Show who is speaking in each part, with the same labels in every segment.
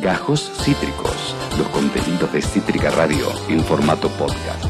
Speaker 1: Gajos Cítricos, los contenidos de Cítrica Radio en formato podcast.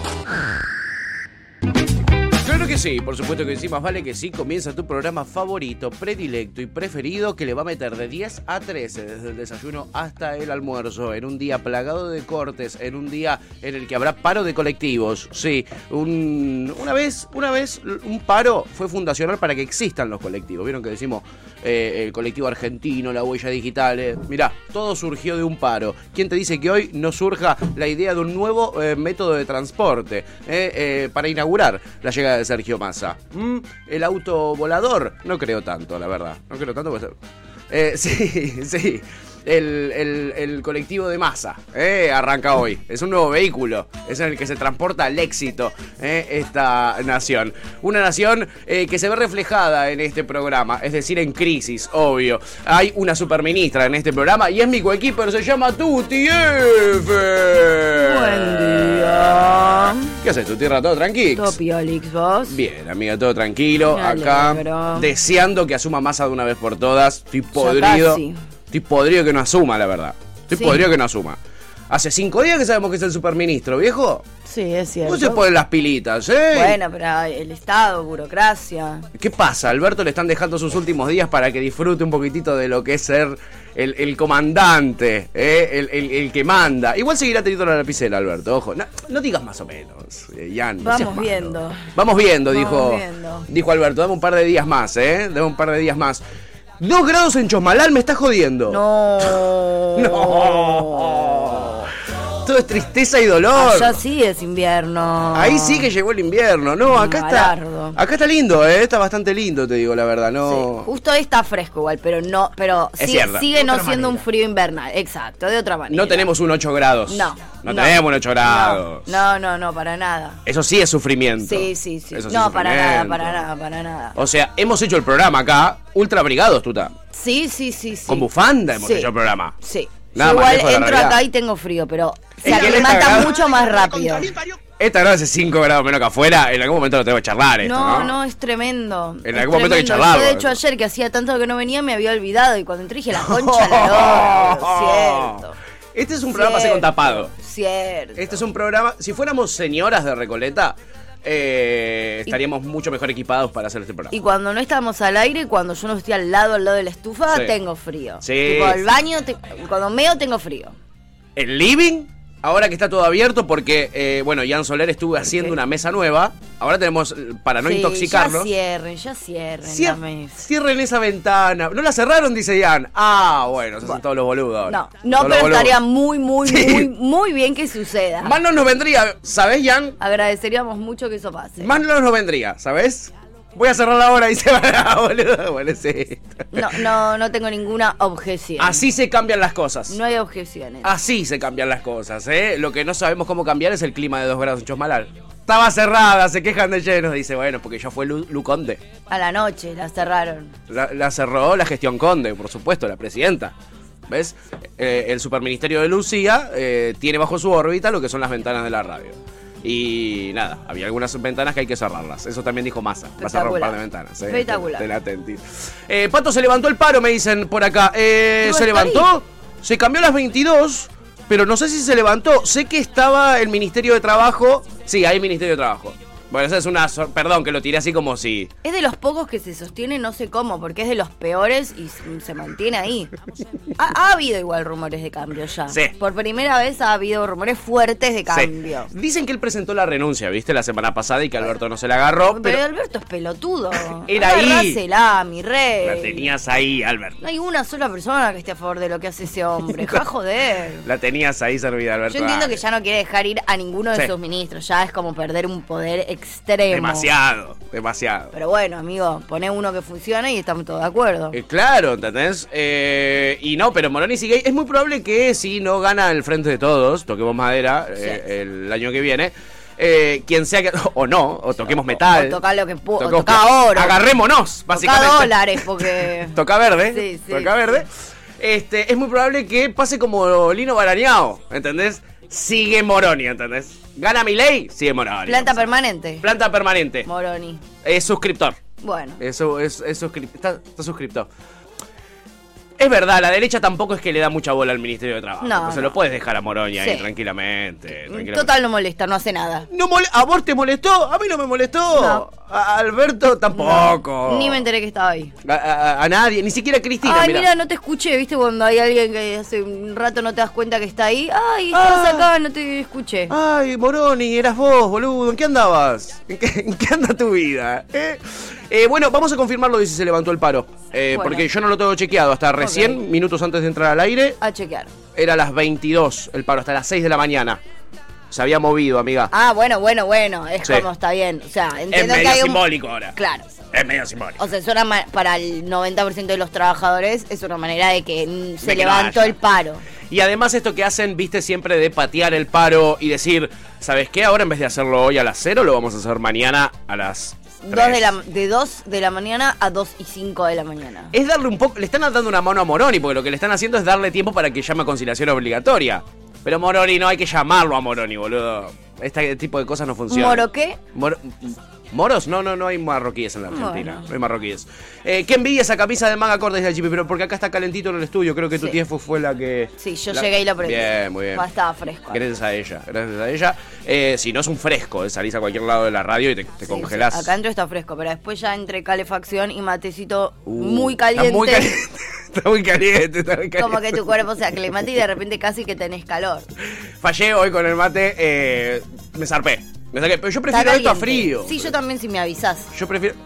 Speaker 2: Claro que sí, por supuesto que sí, más vale que sí. Comienza tu programa favorito, predilecto y preferido que le va a meter de 10 a 13, desde el desayuno hasta el almuerzo, en un día plagado de cortes, en un día en el que habrá paro de colectivos. Sí, un- una vez, una vez un paro fue fundacional para que existan los colectivos. Vieron que decimos eh, el colectivo argentino, la huella digital. eh? Mirá, todo surgió de un paro. ¿Quién te dice que hoy no surja la idea de un nuevo eh, método de transporte eh, eh, para inaugurar la llegada de Sergio Massa? ¿Mm? ¿El auto volador? No creo tanto, la verdad. No creo tanto. porque- Eh, sí, sí. El, el- el colectivo de masa eh, arranca hoy. Es un nuevo vehículo. Es en el que se transporta al éxito eh, esta nación. Una nación eh, que se ve reflejada en este programa, es decir, en crisis, obvio. Hay una superministra en este programa y es mi coequiper, se llama Tuti F.
Speaker 3: Buen día.
Speaker 2: ¿Qué haces, tu tierra? ¿Todo tranquilo?
Speaker 3: Todo piolix, vos.
Speaker 2: Bien, amiga, todo tranquilo.
Speaker 3: Me
Speaker 2: acá,
Speaker 3: alegro.
Speaker 2: deseando que asuma masa de una vez por todas. Estoy podrido.
Speaker 3: casi.
Speaker 2: Estoy podrido que no asuma, la verdad. Estoy
Speaker 3: Sí.
Speaker 2: podrido que no asuma. Hace cinco días que sabemos que es el superministro, viejo.
Speaker 3: Sí, es cierto.
Speaker 2: No se ponen las pilitas, ¿eh?
Speaker 3: Bueno, pero el Estado, burocracia.
Speaker 2: ¿Qué pasa? A Alberto le están dejando sus últimos días para que disfrute un poquitito de lo que es ser el, el comandante, ¿eh? el, el- el que manda. Igual seguirá teniendo la lapicera, Alberto, ojo. No, no digas más o menos, eh, Ian, no seas
Speaker 3: Vamos
Speaker 2: malo.
Speaker 3: viendo.
Speaker 2: Vamos viendo,
Speaker 3: Vamos
Speaker 2: dijo,
Speaker 3: viendo.
Speaker 2: dijo Alberto. Dame un par de días más, ¿eh? Dame un par de días más. Dos grados en Chosmalal, me estás jodiendo.
Speaker 3: No.
Speaker 2: No. Todo es tristeza y dolor.
Speaker 3: Allá sí es invierno.
Speaker 2: Ahí sí que llegó el invierno, ¿no? Acá
Speaker 3: Malardo.
Speaker 2: está. Acá está lindo, ¿eh? Está bastante lindo, te digo la verdad, ¿no?
Speaker 3: Sí, Justo ahí está fresco igual, pero no, pero
Speaker 2: Es
Speaker 3: sigue,
Speaker 2: cierto.
Speaker 3: sigue no siendo un frío invernal. Exacto, de otra manera.
Speaker 2: No tenemos un 8 grados.
Speaker 3: No.
Speaker 2: No, tenemos un 8 grados.
Speaker 3: No, no, no, para nada.
Speaker 2: Eso sí es sufrimiento.
Speaker 3: Sí, sí, sí.
Speaker 2: Eso sí es
Speaker 3: no, para nada,
Speaker 2: sufrimiento.
Speaker 3: para nada, para nada.
Speaker 2: O sea, hemos hecho el programa acá, ultra abrigados, tuta.
Speaker 3: Sí, sí, sí, sí.
Speaker 2: Con bufanda hemos
Speaker 3: Sí.
Speaker 2: hecho el programa.
Speaker 3: Sí.
Speaker 2: Nada
Speaker 3: Yo
Speaker 2: más
Speaker 3: igual
Speaker 2: lejos de la
Speaker 3: entro
Speaker 2: realidad.
Speaker 3: acá y tengo frío, pero
Speaker 2: Es que
Speaker 3: se
Speaker 2: en esta
Speaker 3: aclimata
Speaker 2: grada-
Speaker 3: mucho más rápido.
Speaker 2: Esta grado hace 5 grados menos que afuera. En algún momento lo tengo que charlar esto, ¿no?
Speaker 3: No, no, es tremendo.
Speaker 2: En
Speaker 3: Es
Speaker 2: algún momento hay que
Speaker 3: tremendo.
Speaker 2: charlarlo.
Speaker 3: Yo, de hecho, ayer que hacía tanto que no venía, me había olvidado. Y cuando entré dije, la concha la lora, Cierto.
Speaker 2: Este es un programa así con
Speaker 3: Cierto.
Speaker 2: tapado.
Speaker 3: Cierto.
Speaker 2: Este es un programa. Si fuéramos señoras de Recoleta, eh,
Speaker 3: Y-
Speaker 2: estaríamos mucho mejor equipados para hacer este programa.
Speaker 3: Y cuando no estamos al aire, cuando yo no estoy al lado, al lado de la estufa,
Speaker 2: Sí.
Speaker 3: tengo frío.
Speaker 2: Sí.
Speaker 3: Tipo, al baño, te- cuando meo, tengo frío.
Speaker 2: el living, ahora que está todo abierto, porque, eh, bueno, Ian Soler estuvo haciendo
Speaker 3: Ok.
Speaker 2: una mesa nueva. Ahora tenemos, eh, para no
Speaker 3: Sí,
Speaker 2: intoxicarlo.
Speaker 3: Ya cierren, ya cierren la mesa.
Speaker 2: Cierren esa ventana. No la cerraron, dice Ian. Ah, bueno, se hacen todos los boludos ahora.
Speaker 3: No,
Speaker 2: Todos
Speaker 3: no,
Speaker 2: los
Speaker 3: pero
Speaker 2: boludos.
Speaker 3: estaría muy, muy,
Speaker 2: Sí.
Speaker 3: muy, muy bien que suceda.
Speaker 2: Más no nos vendría, ¿sabés, Ian?
Speaker 3: Agradeceríamos mucho que eso pase.
Speaker 2: Más no nos vendría, ¿sabés? Voy a cerrar ahora y se va boludo. Bueno, sí.
Speaker 3: No, no, no tengo ninguna objeción.
Speaker 2: Así Ah. se cambian las cosas.
Speaker 3: No hay objeciones.
Speaker 2: Así se cambian las cosas, ¿eh? Lo que no sabemos cómo cambiar es el clima de dos grados en Chosmalal. Estaba cerrada, se quejan de llenos. Dice, bueno, porque ya fue Lu, Lu Conde.
Speaker 3: A la noche la cerraron.
Speaker 2: La, la cerró la gestión Conde, por supuesto, la presidenta. ¿Ves? Eh, el superministerio de Lucía eh, tiene bajo su órbita lo que son las ventanas de la radio. Y nada, había algunas ventanas que hay que cerrarlas. Eso también dijo Massa. Va a cerrar un par de
Speaker 3: Espectacular.
Speaker 2: ventanas. ¿eh?
Speaker 3: Espectacular.
Speaker 2: Ten- ten atenti. Eh, Pato se levantó el paro, me dicen por acá. Eh,
Speaker 3: No,
Speaker 2: se
Speaker 3: está
Speaker 2: levantó,
Speaker 3: ahí.
Speaker 2: se cambió a las 22, pero no sé si se levantó. Sé que estaba el Ministerio de Trabajo. Sí, hay Ministerio de Trabajo. Bueno, esa es una... sor- Perdón, que lo tiré así como si...
Speaker 3: Es de los pocos que se sostiene, no sé cómo, porque es de los peores y se se mantiene ahí. Ha, ha habido igual rumores de cambio ya.
Speaker 2: Sí.
Speaker 3: Por primera vez ha habido rumores fuertes de
Speaker 2: Sí.
Speaker 3: cambio.
Speaker 2: Dicen que él presentó la renuncia, ¿viste? La semana pasada y que Alberto no se la agarró,
Speaker 3: Pero,
Speaker 2: pero
Speaker 3: Alberto es pelotudo.
Speaker 2: Era ahí.
Speaker 3: Agarrásela, mi rey.
Speaker 2: la tenías ahí, Alberto.
Speaker 3: No hay una sola persona que esté a favor de lo que hace ese hombre. Ja, joder.
Speaker 2: La tenías ahí servida, Alberto.
Speaker 3: Yo entiendo que
Speaker 2: Dale.
Speaker 3: ya no quiere dejar ir a ninguno de
Speaker 2: ah. Sí.
Speaker 3: sus ministros. Ya es como perder un poder extremo.
Speaker 2: Demasiado, demasiado.
Speaker 3: Pero bueno, amigo, poné uno que funcione y estamos todos de acuerdo.
Speaker 2: Eh, claro, ¿entendés? Eh, y no, pero Moroni sigue. Es muy probable que si no gana el frente de todos, toquemos madera eh,
Speaker 3: Sí.
Speaker 2: el año que viene. eh, quien sea que. O no, o toquemos metal.
Speaker 3: o toca lo que pu- o
Speaker 2: Toquemos-
Speaker 3: toca oro.
Speaker 2: Agarrémonos,
Speaker 3: Toca
Speaker 2: básicamente.
Speaker 3: dólares, porque.
Speaker 2: Toca verde.
Speaker 3: Sí, sí,
Speaker 2: toca verde. Este, es muy probable que pase como Lino Barañao, ¿entendés? Sigue Moroni, ¿entendés? Gana Milei, sigue Moroni.
Speaker 3: Planta permanente.
Speaker 2: Planta permanente.
Speaker 3: Moroni.
Speaker 2: Es suscriptor.
Speaker 3: Bueno.
Speaker 2: Eso es, es suscrip- está, está suscriptor. Es verdad, la derecha tampoco es que le da mucha bola al Ministerio de Trabajo.
Speaker 3: No,
Speaker 2: No, se
Speaker 3: no.
Speaker 2: lo puedes dejar a Moroña ahí
Speaker 3: Sí. Mm,
Speaker 2: tranquilamente. tranquilamente.
Speaker 3: Total, no molesta, no hace nada.
Speaker 2: No mole- ¿A vos te molestó? A mí no me molestó.
Speaker 3: No.
Speaker 2: A Alberto tampoco.
Speaker 3: Ni me enteré que estaba ahí.
Speaker 2: A, a- a nadie, ni siquiera a Cristina.
Speaker 3: Ay,
Speaker 2: mirá.
Speaker 3: mira. no te escuché, ¿viste? Cuando hay alguien que hace un rato no te das cuenta que está ahí. Ay, estás
Speaker 2: Ah.
Speaker 3: acá, no te escuché.
Speaker 2: Ay, Moroni, eras vos, boludo. ¿En qué andabas? ¿En qué, en qué anda tu vida? eh? Eh, bueno, vamos a confirmarlo de si se levantó el paro. Eh,
Speaker 3: Bueno.
Speaker 2: Porque yo no lo tengo chequeado. Hasta recién,
Speaker 3: Ok.
Speaker 2: minutos antes de entrar al aire,
Speaker 3: A chequear.
Speaker 2: era las 22 el paro, hasta las 6 de la mañana. Se había movido, amiga.
Speaker 3: Ah, bueno, bueno, bueno. Es
Speaker 2: Sí.
Speaker 3: como está bien. O sea,
Speaker 2: es
Speaker 3: entiendo que
Speaker 2: medio
Speaker 3: hay un.
Speaker 2: simbólico ahora.
Speaker 3: Claro.
Speaker 2: Es medio simbólico.
Speaker 3: O sea, es una ma- para el 90% de los trabajadores es una manera de que mm, se
Speaker 2: De que no
Speaker 3: levantó
Speaker 2: haya.
Speaker 3: el paro.
Speaker 2: Y además esto que hacen, viste, siempre de patear el paro y decir, ¿sabes qué? Ahora en vez de hacerlo hoy a las 0, lo vamos a hacer mañana a las 3.
Speaker 3: Dos de, la, de 2 de la mañana a 2 y 5 de la mañana.
Speaker 2: Es darle un poco. Le están dando una mano a Moroni, porque lo que le están haciendo es darle tiempo para que llame a conciliación obligatoria. Pero Moroni no hay que llamarlo a Moroni, boludo. Este tipo de cosas no funcionan.
Speaker 3: ¿Moro qué?
Speaker 2: Mor- ¿Moros? No, no, no hay marroquíes en la Argentina.
Speaker 3: Bueno.
Speaker 2: No hay marroquíes. Eh, ¿Qué envidia esa camisa de manga corta desde el Pero porque acá está calentito en el estudio. Creo que tu
Speaker 3: Sí.
Speaker 2: tiempo fue la que.
Speaker 3: Sí, yo
Speaker 2: la-
Speaker 3: llegué y lo prendí.
Speaker 2: Bien, muy bien.
Speaker 3: Ah, Estaba fresco.
Speaker 2: Gracias a ella, gracias a ella. Eh, si no es un fresco, eh, salís a cualquier lado de la radio y te, te
Speaker 3: Sí,
Speaker 2: congelás.
Speaker 3: sí, Acá dentro está fresco, pero después ya entre calefacción y matecito
Speaker 2: Uh,
Speaker 3: muy caliente.
Speaker 2: Está muy caliente, está muy caliente. está muy caliente.
Speaker 3: Como que tu cuerpo se aclimata y de repente casi que tenés calor.
Speaker 2: Fallé hoy con el mate, eh, me zarpé. Me saqué. Pero yo prefiero
Speaker 3: Está
Speaker 2: esto a
Speaker 3: caliente.
Speaker 2: frío.
Speaker 3: Sí, yo también si me avisás.
Speaker 2: Yo prefiero.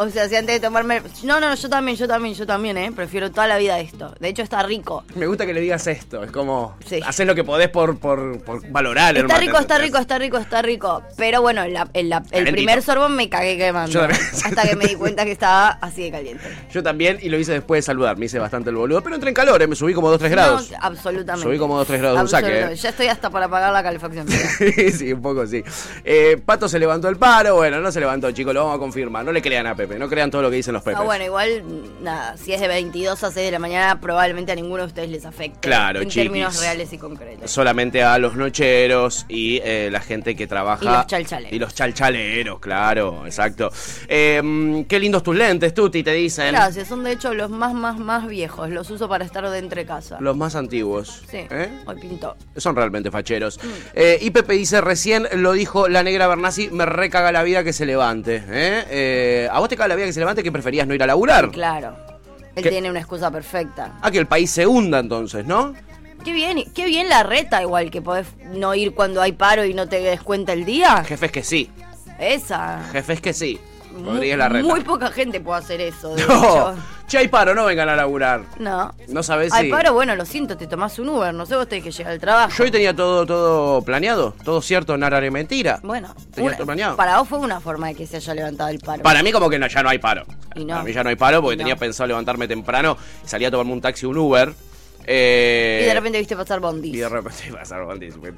Speaker 3: O sea, si antes de tomarme... No, no, no, yo también, yo también, yo también, ¿eh? Prefiero toda la vida esto. De hecho, está rico.
Speaker 2: Me gusta que le digas esto. Es como.
Speaker 3: Sí.
Speaker 2: Haces lo que podés por, por, por valorar el
Speaker 3: Está
Speaker 2: mate,
Speaker 3: rico, está
Speaker 2: ¿entendés?
Speaker 3: rico, está rico, está rico. Pero bueno, en la- en la- el
Speaker 2: Calentito.
Speaker 3: primer sorbo me cagué quemando.
Speaker 2: Yo también.
Speaker 3: Hasta que me di cuenta que estaba así de caliente.
Speaker 2: Yo también, y lo hice después de saludar. Me hice bastante el boludo. Pero entré en calor, eh, me subí como 2-3 grados.
Speaker 3: No, absolutamente.
Speaker 2: Subí como 2-3 grados de un saque,
Speaker 3: Absolutamente.
Speaker 2: eh.
Speaker 3: Ya estoy hasta para apagar la calefacción.
Speaker 2: Sí, sí, un poco sí. Eh, Pato se levantó el paro, bueno, no se levantó, chicos, lo vamos a confirmar. No le crean a Pepe, no crean todo lo que dicen los Pepes.
Speaker 3: Ah, bueno, igual, nada, si es de 22 a 6 de la mañana, probablemente a ninguno de ustedes les afecte.
Speaker 2: Claro,
Speaker 3: En
Speaker 2: chiquis.
Speaker 3: términos reales y concretos.
Speaker 2: Solamente a los nocheros y eh, la gente que trabaja.
Speaker 3: Y los chalchaleros.
Speaker 2: Y los chalchaleros, claro, exacto. Eh, qué lindos tus lentes, Tuti, te dicen.
Speaker 3: Gracias, son de hecho los más, más, más viejos. Los uso para estar de entre casa.
Speaker 2: Los más antiguos.
Speaker 3: Sí, Mm.
Speaker 2: ¿eh?
Speaker 3: hoy pintó.
Speaker 2: Son realmente facheros. Eh, y Pepe dice, recién lo dijo la negra Bernasi, me recaga la vida que se levante. ¿eh? Eh, ¿A vos te caga la vida que se levante que preferías no ir a laburar?
Speaker 3: Claro. Él
Speaker 2: ¿Qué?
Speaker 3: tiene una excusa perfecta.
Speaker 2: Ah, que el país se hunda entonces, ¿no?
Speaker 3: Qué bien, qué bien la reta igual, que podés no ir cuando hay paro y no te des cuenta el día.
Speaker 2: Jefes que sí,
Speaker 3: Esa.
Speaker 2: jefes que sí.
Speaker 3: Muy,
Speaker 2: Rodríguez Larreta.
Speaker 3: muy poca gente puede hacer eso, de
Speaker 2: No,
Speaker 3: hecho.
Speaker 2: che, hay paro, no vengan a laburar.
Speaker 3: No.
Speaker 2: No sabés
Speaker 3: Ay,
Speaker 2: si-
Speaker 3: paro, bueno, lo siento, te tomás un Uber, no sé, vos tenés que llegar al trabajo.
Speaker 2: Yo hoy tenía todo, todo planeado, todo cierto, nada de mentira.
Speaker 3: Bueno,
Speaker 2: tenía
Speaker 3: una-
Speaker 2: todo planeado. Para...
Speaker 3: para vos fue una forma de que se haya levantado el paro.
Speaker 2: mí como que no, ya no hay paro.
Speaker 3: Y no.
Speaker 2: Para mí ya no hay paro porque
Speaker 3: Y no.
Speaker 2: tenía pensado levantarme temprano, salía a tomarme un taxi, un Uber. eh,
Speaker 3: Y de repente viste pasar bondis.
Speaker 2: Y de repente iba a ser Bondi, fue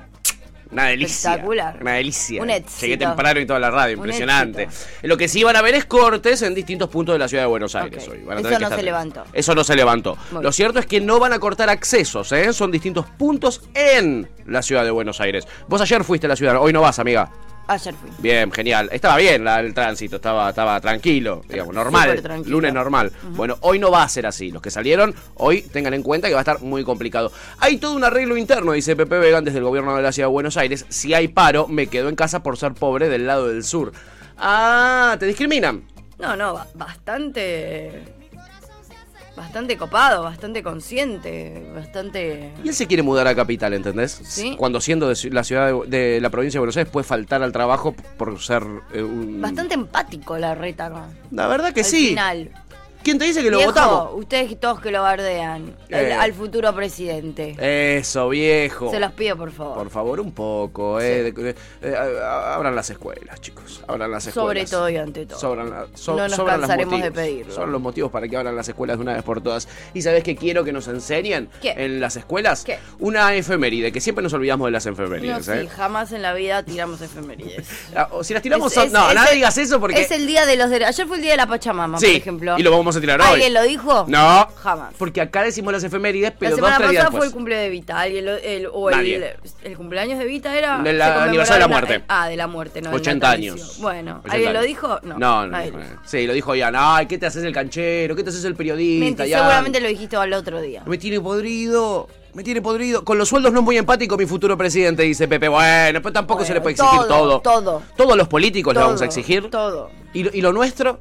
Speaker 2: Una delicia.
Speaker 3: Espectacular.
Speaker 2: Una delicia.
Speaker 3: Un éxito.
Speaker 2: Llegué temprano y toda la radio,
Speaker 3: Un
Speaker 2: impresionante. Lo que sí van a ver es cortes en distintos puntos de la ciudad de Buenos Aires
Speaker 3: Ok.
Speaker 2: hoy. Van a tener que
Speaker 3: Eso no
Speaker 2: estar
Speaker 3: se
Speaker 2: atentos.
Speaker 3: levantó.
Speaker 2: Eso no se levantó.
Speaker 3: Muy
Speaker 2: Lo
Speaker 3: bien.
Speaker 2: cierto es que no van a cortar accesos, ¿eh? Son distintos puntos en la ciudad de Buenos Aires. Vos ayer fuiste a la ciudad, hoy no vas, amiga.
Speaker 3: Ayer fui.
Speaker 2: Bien, genial. Estaba bien la- el tránsito, estaba, estaba tranquilo, digamos, normal.
Speaker 3: Súper tranquilo.
Speaker 2: Lunes normal. Bueno, hoy no va a ser así. Los que salieron, hoy tengan en cuenta que va a estar muy complicado. Hay todo un arreglo interno, dice Pepe Vegan desde el gobierno de la ciudad de Buenos Aires. Si hay paro, me quedo en casa por ser pobre del lado del sur. Ah, te discriminan.
Speaker 3: No, no, ba- bastante. Bastante copado, bastante consciente, bastante.
Speaker 2: Y él se quiere mudar a Capital, ¿entendés?
Speaker 3: Sí.
Speaker 2: Cuando siendo de ci- la ciudad de, de la provincia de Buenos Aires puede faltar al trabajo por ser eh, un...
Speaker 3: Bastante empático la reta acá.
Speaker 2: La verdad que
Speaker 3: al
Speaker 2: sí.
Speaker 3: final.
Speaker 2: ¿Quién te dice que lo
Speaker 3: Viejo,
Speaker 2: votamos?
Speaker 3: Ustedes todos que lo bardean. al-
Speaker 2: Eh.
Speaker 3: Al futuro presidente.
Speaker 2: Eso, viejo.
Speaker 3: Se los pido, por favor.
Speaker 2: Por favor, un poco. Eh, de- de- eh, a- a- abran las escuelas, chicos. Abran las escuelas.
Speaker 3: Sobre todo y ante todo.
Speaker 2: Sobran la- so-
Speaker 3: No nos
Speaker 2: sobran los
Speaker 3: cansaremos
Speaker 2: motivos.
Speaker 3: de pedirlo.
Speaker 2: Son los motivos para que abran las escuelas de una vez por todas. ¿Y sabes qué quiero que nos enseñen
Speaker 3: ¿Qué?
Speaker 2: en las escuelas?
Speaker 3: ¿Qué?
Speaker 2: Una efeméride, que siempre nos olvidamos de las
Speaker 3: No,
Speaker 2: efemérides.
Speaker 3: sí,
Speaker 2: ¿eh?
Speaker 3: jamás en la vida tiramos efemérides.
Speaker 2: Ah, o Si las tiramos,
Speaker 3: Es-
Speaker 2: son-
Speaker 3: es-
Speaker 2: no,
Speaker 3: es
Speaker 2: nada
Speaker 3: el-
Speaker 2: digas eso porque.
Speaker 3: Es el día de los derechos. Ayer fue el día de la Pachamama,
Speaker 2: Sí,
Speaker 3: por ejemplo.
Speaker 2: y lo vamos a vamos a tirar hoy.
Speaker 3: ¿Alguien lo dijo?
Speaker 2: No.
Speaker 3: Jamás.
Speaker 2: Porque acá decimos las efemérides,
Speaker 3: La
Speaker 2: pero dos,
Speaker 3: semana
Speaker 2: tres días
Speaker 3: pasada fue el
Speaker 2: después.
Speaker 3: cumpleaños de Vita. alguien lo- el, o
Speaker 2: Nadie.
Speaker 3: el, el cumpleaños de Vita era.
Speaker 2: Del la-
Speaker 3: se conmemoraba
Speaker 2: aniversario de la
Speaker 3: el-
Speaker 2: muerte.
Speaker 3: ah, de la muerte, no. del
Speaker 2: 80
Speaker 3: natalicio.
Speaker 2: años.
Speaker 3: Bueno,
Speaker 2: 80
Speaker 3: ¿alguien lo
Speaker 2: años.
Speaker 3: dijo?
Speaker 2: No,
Speaker 3: No.
Speaker 2: no,
Speaker 3: nadie lo
Speaker 2: no.
Speaker 3: dijo.
Speaker 2: Sí, lo dijo Ian. Ay, ¿qué te haces el canchero? ¿Qué te haces el periodista?
Speaker 3: Mentí,
Speaker 2: Ian?
Speaker 3: seguramente lo dijiste al otro día.
Speaker 2: Me tiene podrido. Me tiene podrido. Con los sueldos no es muy empático mi futuro presidente, dice Pepe. Bueno, pero tampoco se le puede
Speaker 3: Bueno,
Speaker 2: exigir todo.
Speaker 3: todo, todo.
Speaker 2: Todos los políticos le
Speaker 3: Todo,
Speaker 2: vamos a exigir.
Speaker 3: Todo.
Speaker 2: ¿Y lo, y lo nuestro?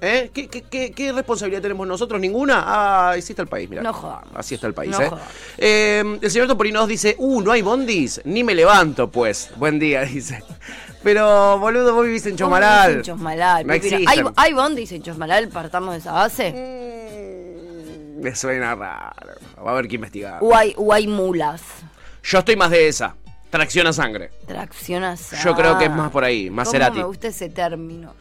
Speaker 2: ¿Eh? ¿Qué, qué, qué- qué responsabilidad tenemos nosotros? ¿Ninguna? Ah, así está el país, mira.
Speaker 3: No jodamos.
Speaker 2: Así está el país,
Speaker 3: No
Speaker 2: ¿eh?
Speaker 3: jodamos.
Speaker 2: Eh, El señor Topolino nos dice, uh, no hay bondis, ni me levanto, pues. Buen día, dice. Pero, boludo, vos vivís en Chomaral.
Speaker 3: En Chosmalal.
Speaker 2: No
Speaker 3: Pipira.
Speaker 2: existen.
Speaker 3: ¿Hay, hay bondis en Chosmalal, partamos de esa base.
Speaker 2: Me suena raro. Va a haber que investigar.
Speaker 3: O hay, o hay mulas.
Speaker 2: Yo estoy más de esa. Tracción a sangre.
Speaker 3: Traccionas.
Speaker 2: Yo creo que es más por ahí, más Cerati.
Speaker 3: me gusta ese término.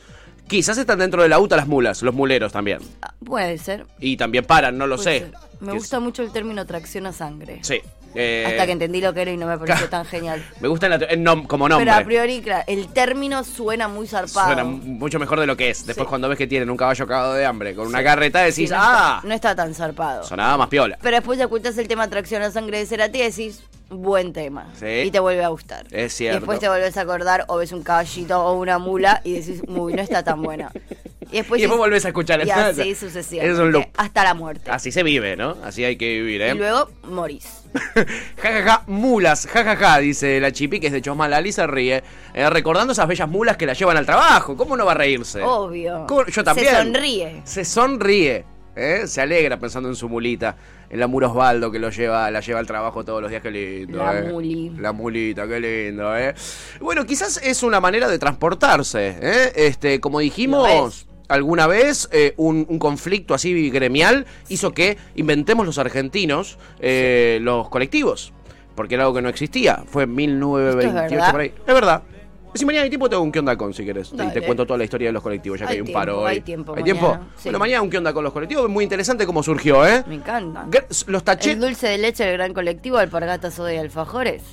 Speaker 2: Quizás están dentro de la UTA las mulas, los muleros también.
Speaker 3: Ah, Puede ser.
Speaker 2: Y también paran, no lo
Speaker 3: puede
Speaker 2: sé.
Speaker 3: ser. Me
Speaker 2: Que-
Speaker 3: gusta mucho el término tracción a sangre.
Speaker 2: Sí. eh,
Speaker 3: Hasta que entendí lo que era y no me pareció tan genial.
Speaker 2: Me gusta en la- en nom- como nombre.
Speaker 3: Pero a priori, claro, el término suena muy zarpado.
Speaker 2: Suena mucho mejor de lo que es. Después
Speaker 3: Sí.
Speaker 2: cuando ves que tienen un caballo cagado de hambre con una carreta
Speaker 3: Sí,
Speaker 2: decís,
Speaker 3: no,
Speaker 2: ¡ah!
Speaker 3: está, no está tan zarpado.
Speaker 2: Sonaba más piola.
Speaker 3: Pero después ya escuchas el tema Tracción a Sangre de Cerati y decís, buen tema.
Speaker 2: Sí.
Speaker 3: Y te vuelve a gustar.
Speaker 2: Es cierto.
Speaker 3: Y después te volvés a acordar o ves un caballito o una mula y decís, uy, no está tan buena. Y después,
Speaker 2: Y después volvés a escuchar el
Speaker 3: Y así
Speaker 2: tema.
Speaker 3: sucesivamente.
Speaker 2: Es un loop.
Speaker 3: Hasta la muerte.
Speaker 2: Así se vive, ¿no? Así hay que vivir,
Speaker 3: Y
Speaker 2: ¿eh?
Speaker 3: luego morís.
Speaker 2: Ja, ja, ja, mulas, ja, ja, ja, dice la chipi que es de Chosmalal y se ríe. eh, recordando esas bellas mulas que la llevan al trabajo. ¿Cómo no va a reírse?
Speaker 3: Obvio.
Speaker 2: ¿Cómo- Yo también.
Speaker 3: Se sonríe.
Speaker 2: Se sonríe. ¿eh? Se alegra pensando en su mulita. En la muro Osvaldo que lo lleva, la lleva al trabajo todos los días. Qué lindo.
Speaker 3: La
Speaker 2: ¿eh?
Speaker 3: muli.
Speaker 2: La mulita, qué lindo. ¿eh? Bueno, quizás es una manera de transportarse. ¿eh? Este, como
Speaker 3: Lo
Speaker 2: dijimos.
Speaker 3: es.
Speaker 2: Alguna vez eh, un, un conflicto así gremial hizo que inventemos los argentinos eh, los colectivos, porque era algo que no existía. Fue en 1928
Speaker 3: verdad?
Speaker 2: por ahí. Es verdad. Si mañana hay tiempo, te hago un qué onda con si querés. Y te
Speaker 3: Dale.
Speaker 2: cuento toda la historia de los colectivos, ya que hay,
Speaker 3: Hay
Speaker 2: un
Speaker 3: tiempo,
Speaker 2: paro hoy.
Speaker 3: hay tiempo
Speaker 2: ¿Hay
Speaker 3: mañana,
Speaker 2: tiempo?
Speaker 3: sí.
Speaker 2: Bueno, mañana un qué onda con los colectivos. Muy interesante cómo surgió, ¿eh?
Speaker 3: Me encanta.
Speaker 2: Gr- Los taché
Speaker 3: El dulce de leche del gran colectivo, alpargatas, soda y alfajores.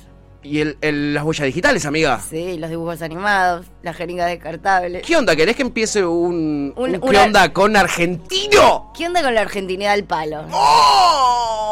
Speaker 2: y el- el- las huellas digitales, amiga.
Speaker 3: Sí, los dibujos animados, las jeringas descartables.
Speaker 2: ¿Qué onda? ¿Querés que empiece un,
Speaker 3: Un-
Speaker 2: un qué
Speaker 3: una-
Speaker 2: onda con argentino?
Speaker 3: ¿Qué onda con la argentinidad al palo?
Speaker 2: ¡Oh!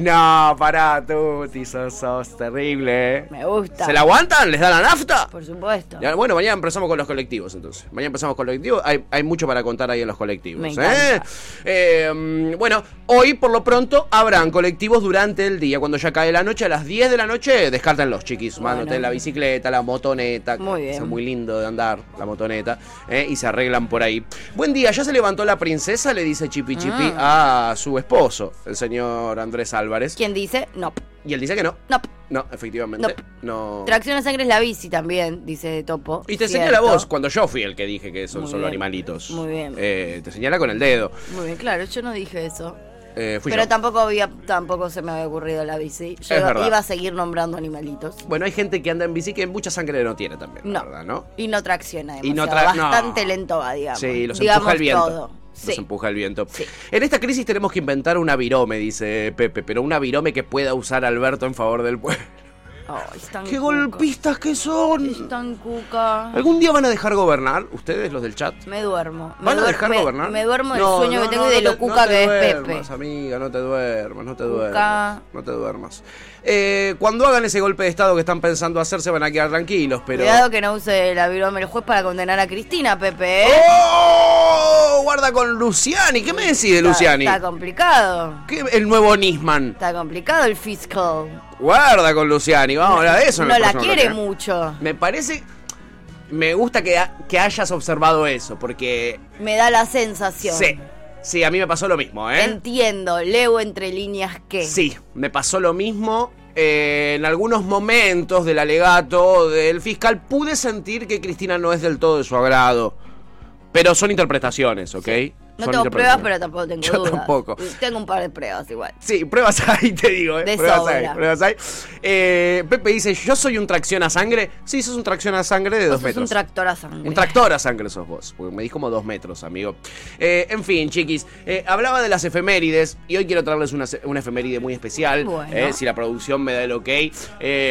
Speaker 2: No, pará, tú, sos, sos terrible, ¿eh?
Speaker 3: Me gusta.
Speaker 2: ¿Se la aguantan? ¿Les da la nafta?
Speaker 3: Por supuesto.
Speaker 2: Ya, Bueno, mañana empezamos con los colectivos, entonces. Mañana empezamos con los colectivos. Hay, hay mucho para contar ahí en los colectivos.
Speaker 3: Me
Speaker 2: ¿eh?
Speaker 3: encanta.
Speaker 2: Eh, mm, bueno, hoy por lo pronto habrán colectivos durante el día. Cuando ya cae la noche, a las 10 de la noche, descartan los chiquis.
Speaker 3: Bueno.
Speaker 2: Mándote la bicicleta, la motoneta.
Speaker 3: Muy bien.
Speaker 2: Es muy lindo de andar, la motoneta. ¿eh? Y se arreglan por ahí. Buen día, ¿ya se levantó la princesa? Le dice Chipi Chipi
Speaker 3: Ah.
Speaker 2: a su esposo, el señor Andrés Álvarez.
Speaker 3: ¿Quién dice? No.
Speaker 2: Y él dice que no.
Speaker 3: No.
Speaker 2: No, efectivamente. No.
Speaker 3: Tracción a sangre es la bici también, dice Topo.
Speaker 2: Y te
Speaker 3: Cierto.
Speaker 2: señala vos cuando yo fui el que dije que son
Speaker 3: Muy
Speaker 2: solo
Speaker 3: bien.
Speaker 2: animalitos.
Speaker 3: Muy bien.
Speaker 2: Eh, te señala con el dedo.
Speaker 3: Muy bien, claro, yo no dije eso.
Speaker 2: Eh, fui
Speaker 3: Pero
Speaker 2: yo.
Speaker 3: tampoco había, tampoco se me había ocurrido la bici. Yo
Speaker 2: Es verdad.
Speaker 3: iba a seguir nombrando animalitos.
Speaker 2: Bueno, hay gente que anda en bici que mucha sangre no tiene también, la
Speaker 3: No.
Speaker 2: ¿verdad? ¿No?
Speaker 3: Y no tracciona
Speaker 2: Y
Speaker 3: demasiado.
Speaker 2: no tra- no.
Speaker 3: Bastante lento va, digamos.
Speaker 2: Sí, los
Speaker 3: digamos
Speaker 2: empuja el viento.
Speaker 3: todo. Sí.
Speaker 2: Los empuja el viento.
Speaker 3: Sí.
Speaker 2: En esta crisis tenemos que inventar un avirome, dice Pepe, pero un avirome que pueda usar Alberto en favor del pueblo.
Speaker 3: Ay, es tan
Speaker 2: ¡Qué
Speaker 3: cuca.
Speaker 2: golpistas que
Speaker 3: Es
Speaker 2: son!
Speaker 3: tan cuca.
Speaker 2: ¿Algún día van a dejar gobernar ustedes, los del chat?
Speaker 3: Me duermo. Me
Speaker 2: ¿Van a
Speaker 3: duer-
Speaker 2: dejar
Speaker 3: me-
Speaker 2: gobernar?
Speaker 3: Me duermo del
Speaker 2: No,
Speaker 3: sueño
Speaker 2: no,
Speaker 3: que tengo
Speaker 2: no,
Speaker 3: y de
Speaker 2: no
Speaker 3: lo
Speaker 2: te- no
Speaker 3: cuca
Speaker 2: te
Speaker 3: que es Pepe.
Speaker 2: duermas, amiga, no te duermas, no te
Speaker 3: Cuca.
Speaker 2: duermas. No te duermas. Eh, cuando hagan ese golpe de estado que están pensando hacer, se van a quedar tranquilos, pero.
Speaker 3: Cuidado que no use la virome el juez para condenar a Cristina, Pepe. ¿eh?
Speaker 2: ¡Oh! Guarda con Luciani. ¿Qué me decís de
Speaker 3: Está-
Speaker 2: Este, Luciani?
Speaker 3: Está, complicado.
Speaker 2: ¿Qué- el nuevo Nisman.
Speaker 3: Está complicado el fiscal.
Speaker 2: Guarda con Luciani. Vamos a hablar de eso. en
Speaker 3: no
Speaker 2: el
Speaker 3: la
Speaker 2: próximo
Speaker 3: quiere
Speaker 2: bloque, ¿eh?
Speaker 3: mucho.
Speaker 2: Me parece. Me gusta que, ha- que hayas observado eso, porque.
Speaker 3: Me da la sensación.
Speaker 2: Sí. ¿eh? Sí, a mí me pasó lo mismo, ¿eh?
Speaker 3: Entiendo, leo entre líneas que.
Speaker 2: Sí, me pasó lo mismo. Eh, en algunos momentos del alegato del fiscal pude sentir que Cristina no es del todo de su agrado. Pero son interpretaciones, ¿ok?
Speaker 3: No
Speaker 2: Son
Speaker 3: tengo pruebas,
Speaker 2: interpretaciones.
Speaker 3: pero tampoco tengo
Speaker 2: Yo
Speaker 3: dudas.
Speaker 2: tampoco.
Speaker 3: Tengo un par de pruebas igual.
Speaker 2: Sí, pruebas ahí, te digo, ¿eh?
Speaker 3: De
Speaker 2: pruebas
Speaker 3: sobra.
Speaker 2: ahí, pruebas ahí. Eh, Pepe dice, ¿yo soy un tracción a sangre? Sí, sos un tracción a sangre de
Speaker 3: Vos
Speaker 2: dos
Speaker 3: sos
Speaker 2: metros.
Speaker 3: un tractor a sangre.
Speaker 2: Un tractor a sangre sos vos, porque me di como dos metros, amigo. Eh, en fin, chiquis, eh, hablaba de las efemérides y hoy quiero traerles una, se- una efeméride muy especial.
Speaker 3: Bueno.
Speaker 2: eh, si la producción me da el ok. eh,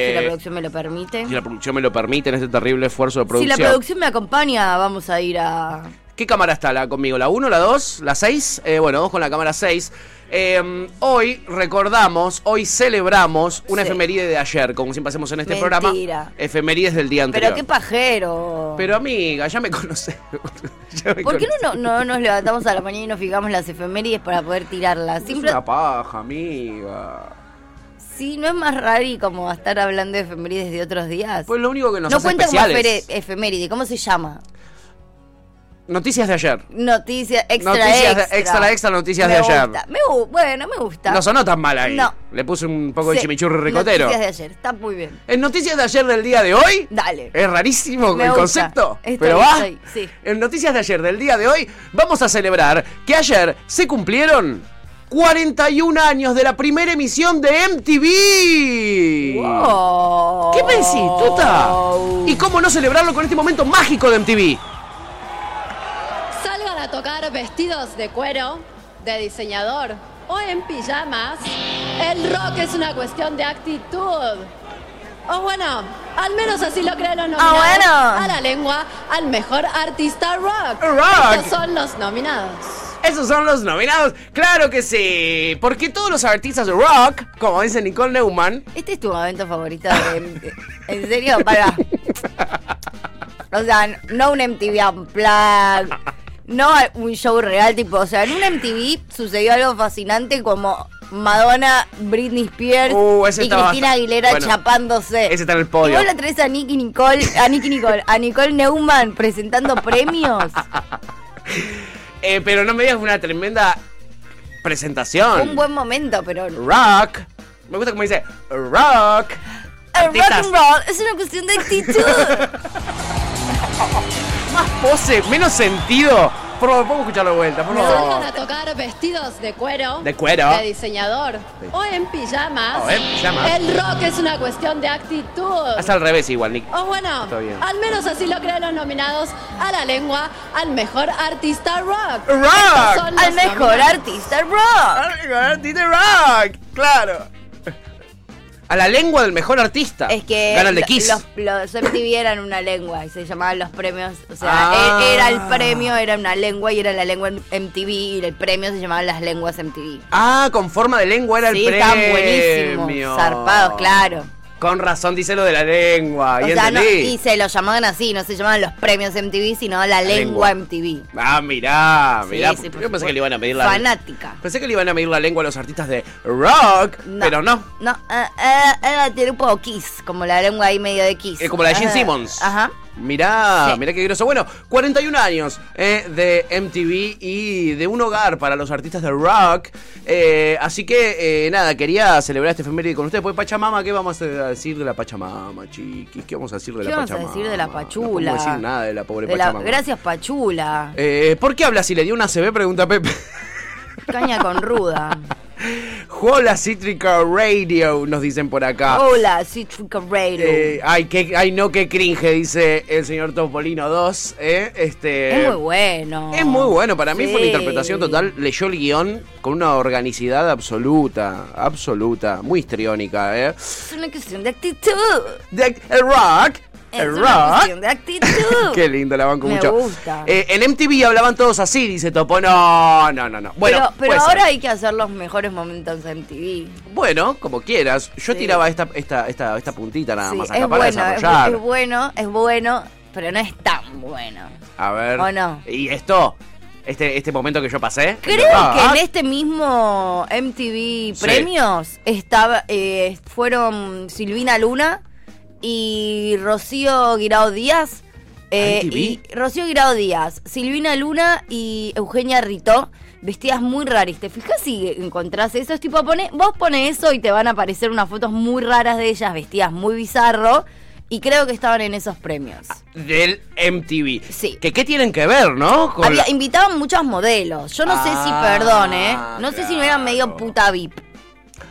Speaker 3: Si la producción me lo permite.
Speaker 2: si la producción me lo permite en este terrible esfuerzo de
Speaker 3: Si la
Speaker 2: producción.
Speaker 3: producción me acompaña, vamos a ir a.
Speaker 2: ¿Qué cámara está la conmigo? ¿La 1, la 2, la 6? Eh, bueno, vamos con la cámara 6. Eh, hoy recordamos, hoy celebramos una
Speaker 3: Sí.
Speaker 2: efeméride de ayer, como siempre hacemos en este programa.
Speaker 3: Mentira.
Speaker 2: Efemérides del día anterior.
Speaker 3: Pero qué pajero.
Speaker 2: Pero amiga, ya me conoces.
Speaker 3: ¿Por qué no, no, no nos levantamos a la mañana y nos fijamos las efemérides para poder tirarlas? Simple,
Speaker 2: Es una paja, amiga.
Speaker 3: Sí, no es más rari como estar hablando de efemérides de otros días.
Speaker 2: Pues lo único que nos
Speaker 3: no
Speaker 2: hace
Speaker 3: cuenta como
Speaker 2: especiales.
Speaker 3: efere- efeméride, ¿cómo se llama? eh.
Speaker 2: Noticias de ayer.
Speaker 3: Noticias extra
Speaker 2: Noticias de-
Speaker 3: extra.
Speaker 2: extra, extra, noticias
Speaker 3: Me
Speaker 2: de ayer.
Speaker 3: gusta. Me gu- bueno, me gusta.
Speaker 2: No sonó tan mal ahí.
Speaker 3: No.
Speaker 2: Le puse un poco de
Speaker 3: Sí,
Speaker 2: chimichurri ricotero.
Speaker 3: Noticias de ayer, está muy bien.
Speaker 2: En noticias de ayer del día de hoy.
Speaker 3: Dale.
Speaker 2: Es rarísimo
Speaker 3: Me
Speaker 2: el
Speaker 3: gusta.
Speaker 2: concepto.
Speaker 3: Estoy-
Speaker 2: pero va.
Speaker 3: estoy, sí.
Speaker 2: En noticias de ayer del día de hoy vamos a celebrar que ayer se cumplieron 41 años de la primera emisión de MTV.
Speaker 3: Wow.
Speaker 2: ¿Qué pensís, tuta? ¿Y cómo no celebrarlo con este momento mágico de MTV?
Speaker 4: Salgan a tocar vestidos de cuero, de diseñador o en pijamas. El rock es una cuestión de actitud. O bueno, al menos así lo creen los nominados
Speaker 3: bueno.
Speaker 4: a la lengua al mejor artista rock.
Speaker 2: Rock.
Speaker 4: Estos son los nominados.
Speaker 2: Esos son los nominados. Claro que sí. Porque todos los artistas de rock, como dice Nicole Neumann,
Speaker 3: Este es tu momento favorito de... ¿En serio? Para. O sea, no un MTV Unplugged, no un show real, tipo, o sea, en un MTV sucedió algo fascinante como Madonna, Britney Spears
Speaker 2: Uh,
Speaker 3: y
Speaker 2: ese estaba-
Speaker 3: Cristina Aguilera
Speaker 2: bueno,
Speaker 3: chapándose.
Speaker 2: ese está en el
Speaker 3: Y
Speaker 2: podio.
Speaker 3: vos la traes a Nicky Nicole, a Nicky Nicole, a Nicole Neumann presentando premios.
Speaker 2: eh, pero no me digas una tremenda presentación.
Speaker 3: un buen momento, pero
Speaker 2: Rock. Me gusta como dice rock.
Speaker 3: El rock
Speaker 2: Artistas.
Speaker 3: and roll es una cuestión de actitud.
Speaker 2: Más pose, menos sentido. Por favor, ¿puedo escucharlo de vuelta? Por
Speaker 4: Salgan a
Speaker 2: favor.
Speaker 4: tocar vestidos de cuero.
Speaker 2: Oh, De cuero.
Speaker 4: De diseñador. O en pijamas.
Speaker 2: O en pijamas.
Speaker 4: El rock es una cuestión de actitud.
Speaker 2: Hasta al revés igual, Nick.
Speaker 4: O Oh, bueno,
Speaker 2: Está bien.
Speaker 4: al menos así lo creen los nominados a la lengua al mejor artista rock.
Speaker 2: Rock.
Speaker 4: Estos son
Speaker 3: Al
Speaker 4: los
Speaker 3: mejor
Speaker 4: nominados.
Speaker 3: artista rock.
Speaker 2: Tiene rock, claro. A la lengua del mejor artista.
Speaker 3: Es que
Speaker 2: Ah, Gana el de
Speaker 3: lo-
Speaker 2: Kiss.
Speaker 3: Los, los MTV eran una lengua y se llamaban los premios. O sea,
Speaker 2: Ah.
Speaker 3: e- era el premio, era una lengua y era la lengua MTV y el premio se llamaban las lenguas MTV.
Speaker 2: Ah, con forma de lengua era
Speaker 3: sí,
Speaker 2: el
Speaker 3: estaban
Speaker 2: premio.
Speaker 3: buenísimos, zarpados, claro.
Speaker 2: Con razón dice lo de la lengua.
Speaker 3: O
Speaker 2: y
Speaker 3: sea, no-
Speaker 2: entendí.
Speaker 3: y se lo llamaban así, no se llamaban los premios MTV, sino la lengua,
Speaker 2: lengua.
Speaker 3: MTV.
Speaker 2: Ah, mirá, mirá.
Speaker 3: Sí, sí,
Speaker 2: Yo
Speaker 3: por
Speaker 2: pensé
Speaker 3: supuesto.
Speaker 2: que le iban a pedir la
Speaker 3: Fanática.
Speaker 2: Pensé que le iban a pedir la lengua a los artistas de rock, pero no.
Speaker 3: No, eh, eh, eh, tiene un poco kiss, como la lengua ahí medio de kiss.
Speaker 2: Eh, como la de Gene
Speaker 3: Ah,
Speaker 2: Simmons.
Speaker 3: Ajá.
Speaker 2: Mirá,
Speaker 3: Sí.
Speaker 2: mirá qué groso. Bueno, 41 años eh, de MTV y de un hogar para los artistas de rock. Eh, así que, eh, nada, quería celebrar este efeméride con ustedes. Pues Pachamama, ¿qué vamos a decir de la Pachamama, chiquis? ¿Qué vamos a decir de
Speaker 3: ¿Qué
Speaker 2: la
Speaker 3: vamos a
Speaker 2: Pachamama?
Speaker 3: decir de la
Speaker 2: No
Speaker 3: pachula?
Speaker 2: podemos decir nada de la pobre
Speaker 3: De la-
Speaker 2: Pachamama.
Speaker 3: Gracias, pachula.
Speaker 2: Eh, ¿Por qué habla si le dio una CB? Pregunta Pepe.
Speaker 3: Caña con ruda.
Speaker 2: Jugó la Cítrica Radio, nos dicen por acá.
Speaker 3: Hola, Citrica Radio.
Speaker 2: Ah. Eh, ay, qué, ay, no, qué cringe, dice el señor Topolino 2. eh, Este,
Speaker 3: es muy bueno.
Speaker 2: Es muy bueno, para mí fue una
Speaker 3: Sí.
Speaker 2: interpretación total. Leyó el guión con una organicidad absoluta, absoluta, muy histriónica, ¿eh?
Speaker 3: Es una cuestión de actitud.
Speaker 2: De- el rock,
Speaker 3: Es
Speaker 2: el
Speaker 3: una cuestión
Speaker 2: Eh, rock.
Speaker 3: de actitud.
Speaker 2: Qué lindo, la banco
Speaker 3: Me
Speaker 2: mucho.
Speaker 3: gusta.
Speaker 2: Eh, en MTV hablaban todos así, dice Topo. No, no, no, no. Bueno,
Speaker 3: pero pero
Speaker 2: puede ser.
Speaker 3: ahora hay que hacer los mejores momentos en TV.
Speaker 2: Bueno, como quieras. Yo
Speaker 3: Sí.
Speaker 2: tiraba esta, esta, esta, esta puntita nada
Speaker 3: Sí,
Speaker 2: más acá
Speaker 3: es
Speaker 2: para
Speaker 3: bueno, es,
Speaker 2: desarrollar.
Speaker 3: es bueno, es bueno, pero no es tan bueno.
Speaker 2: A ver.
Speaker 3: ¿O no?
Speaker 2: ¿Y esto? Este, este momento que yo pasé.
Speaker 3: Creo
Speaker 2: Ah,
Speaker 3: que
Speaker 2: ah,
Speaker 3: en este mismo MTV
Speaker 2: Sí.
Speaker 3: Premios estaba, eh, fueron Silvina Luna y Rocío Guirao Díaz. eh,
Speaker 2: MTV.
Speaker 3: y Rocío Guirao Díaz, Silvina Luna y Eugenia Ritó, vestidas muy raras. ¿Te fijas si encontrás eso? Es tipo, pone, vos pone eso y te van a aparecer unas fotos muy raras de ellas, vestidas muy bizarro. Y creo que estaban en esos premios.
Speaker 2: Ah, Del MTV.
Speaker 3: Sí.
Speaker 2: Que qué tienen que ver, ¿no? Con
Speaker 3: Había-
Speaker 2: la-
Speaker 3: Invitaban muchos modelos. Yo no
Speaker 2: Ah,
Speaker 3: sé si, perdón, ¿eh? No sé si no eran
Speaker 2: claro.
Speaker 3: medio puta VIP.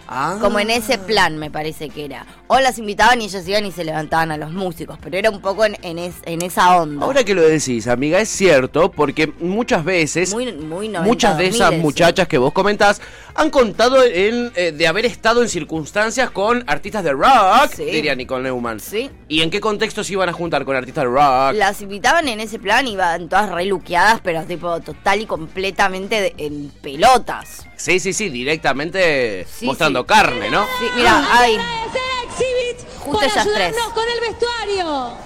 Speaker 2: Ah.
Speaker 3: Como en ese plan, me parece que era. o las invitaban y ellos iban y se levantaban a los músicos, pero era un poco en, en, es- en esa onda.
Speaker 2: Ahora que lo decís, amiga, es cierto, porque muchas veces,
Speaker 3: Muy- muy
Speaker 2: muchas de
Speaker 3: 90,
Speaker 2: esas
Speaker 3: 2000,
Speaker 2: muchachas que vos comentás han contado en, eh, de haber estado en circunstancias con artistas de rock,
Speaker 3: Sí.
Speaker 2: diría Nicole Neumann.
Speaker 3: Sí.
Speaker 2: ¿Y en qué contexto se iban a juntar con artistas de rock?
Speaker 3: Las invitaban en ese plan, iban todas reluqueadas, pero tipo total y completamente de- en pelotas.
Speaker 2: Sí, sí, sí, directamente
Speaker 3: Sí,
Speaker 2: mostrando
Speaker 3: sí.
Speaker 2: carne, ¿no?
Speaker 3: Sí, mira,
Speaker 2: Ah.
Speaker 3: ahí.
Speaker 4: Agradecer a Exhibit
Speaker 3: Justo
Speaker 4: por
Speaker 3: ellas tres. Ah,
Speaker 4: ayudarnos con el vestuario.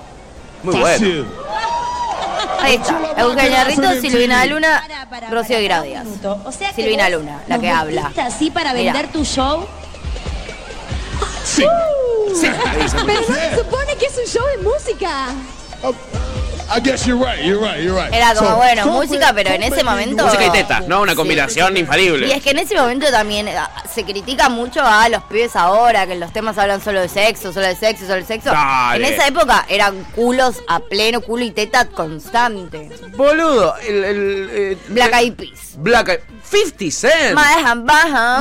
Speaker 2: Muy bueno.
Speaker 3: Ahí está. Eugenia Rito, Silvina Luna,
Speaker 5: Para, para,
Speaker 3: Rocío
Speaker 5: para, para,
Speaker 3: Gradias.
Speaker 5: un minuto. O sea que
Speaker 3: Silvina
Speaker 5: vos
Speaker 3: Luna, la
Speaker 5: nos
Speaker 3: que habla.
Speaker 5: vestiste así para
Speaker 3: Mirá.
Speaker 5: vender tu show?
Speaker 2: Sí, me dicen.
Speaker 4: Pero no se supone que es un show de música.
Speaker 6: Oh, I guess you're right, you're right, you're right.
Speaker 3: Era como,
Speaker 6: So,
Speaker 3: bueno,
Speaker 6: don't
Speaker 3: música,
Speaker 6: make-
Speaker 3: pero en
Speaker 6: don't
Speaker 3: ese
Speaker 6: make me
Speaker 3: momento-
Speaker 6: do
Speaker 2: música y
Speaker 6: it.
Speaker 2: tetas, ¿no? Una
Speaker 3: Sí.
Speaker 2: combinación infalible.
Speaker 3: Y es que en ese momento también eh, se critica mucho a los pibes ahora, que los temas hablan solo de sexo, solo de sexo, solo de sexo.
Speaker 2: Dale.
Speaker 3: En esa época eran culos a pleno, culo y teta constante.
Speaker 2: Boludo, el... el eh,
Speaker 3: Black Eyed Peas.
Speaker 2: Black Eyed- 50 Cent.
Speaker 3: Maja, baja,
Speaker 2: Maja.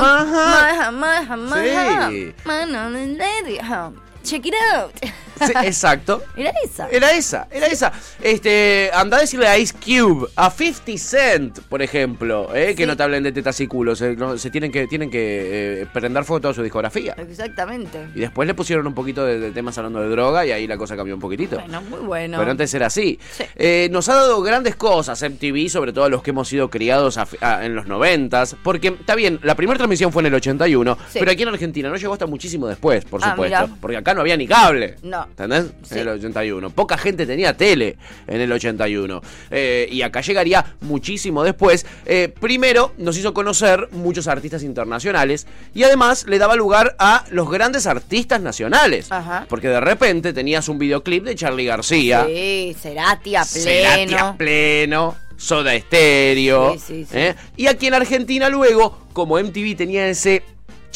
Speaker 3: maja, maja, maja,
Speaker 2: Sí.
Speaker 3: mano, lady, huh. check it out.
Speaker 2: Sí, exacto.
Speaker 3: Era esa.
Speaker 2: Era esa, era esa. Este, anda a decirle a Ice Cube, a 50 Cent, por ejemplo, eh, que
Speaker 3: Sí.
Speaker 2: no te hablen de tetas y culos. eh, no, se tienen que, tienen que eh, prender fuego toda su discografía.
Speaker 3: Exactamente.
Speaker 2: Y después le pusieron un poquito de, de temas hablando de droga y ahí la cosa cambió un poquitito.
Speaker 3: Bueno, muy bueno.
Speaker 2: Pero antes era así.
Speaker 3: Sí.
Speaker 2: Eh, nos ha dado grandes cosas MTV, sobre todo a los que hemos sido criados a fi- a- en los noventas. Porque, está bien, la primera transmisión fue en el 81,
Speaker 3: Sí.
Speaker 2: pero aquí en Argentina no llegó hasta muchísimo después, por
Speaker 3: Ah,
Speaker 2: supuesto.
Speaker 3: mirá.
Speaker 2: Porque acá no había ni cable.
Speaker 3: No.
Speaker 2: ¿Entendés?
Speaker 3: Sí.
Speaker 2: En el 81. Poca gente tenía tele en el 81. Eh, y acá llegaría muchísimo después. Eh, primero, nos hizo conocer muchos artistas internacionales y además le daba lugar a los grandes artistas nacionales.
Speaker 3: Ajá.
Speaker 2: Porque de repente tenías un videoclip de Charlie García.
Speaker 3: Sí, Cerati a
Speaker 2: Cerati a
Speaker 3: pleno.
Speaker 2: pleno, Soda Estéreo.
Speaker 3: Sí, sí, sí.
Speaker 2: ¿eh? Y aquí en Argentina luego, como MTV tenía ese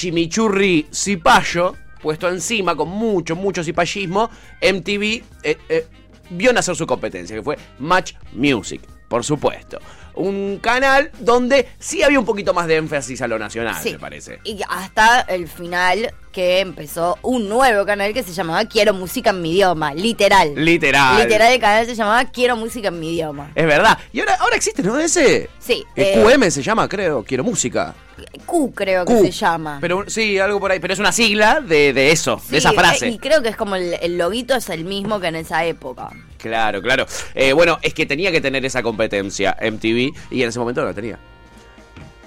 Speaker 2: chimichurri cipayo puesto encima con mucho, mucho cipallismo, MTV eh, eh, vio nacer su competencia, que fue Match Music, por supuesto. Un canal donde sí había un poquito más de énfasis a lo nacional,
Speaker 3: Sí.
Speaker 2: me parece.
Speaker 3: Y hasta el final que empezó un nuevo canal que se llamaba Quiero Música en mi idioma, literal.
Speaker 2: Literal.
Speaker 3: Literal el canal se llamaba Quiero Música en mi idioma.
Speaker 2: Es verdad. Y ahora, ahora existe, ¿no? Ese.
Speaker 3: Sí,
Speaker 2: Eh,
Speaker 3: eh,
Speaker 2: QM se llama, creo. Quiero música.
Speaker 3: Q creo que
Speaker 2: Q.
Speaker 3: se llama.
Speaker 2: Pero sí, algo por ahí. Pero es una sigla de, de eso,
Speaker 3: Sí,
Speaker 2: de esa frase.
Speaker 3: eh, Y creo que es como el, el loguito es el mismo que en esa época.
Speaker 2: Claro, claro. Eh, bueno, es que tenía que tener esa competencia MTV y en ese momento no la tenía.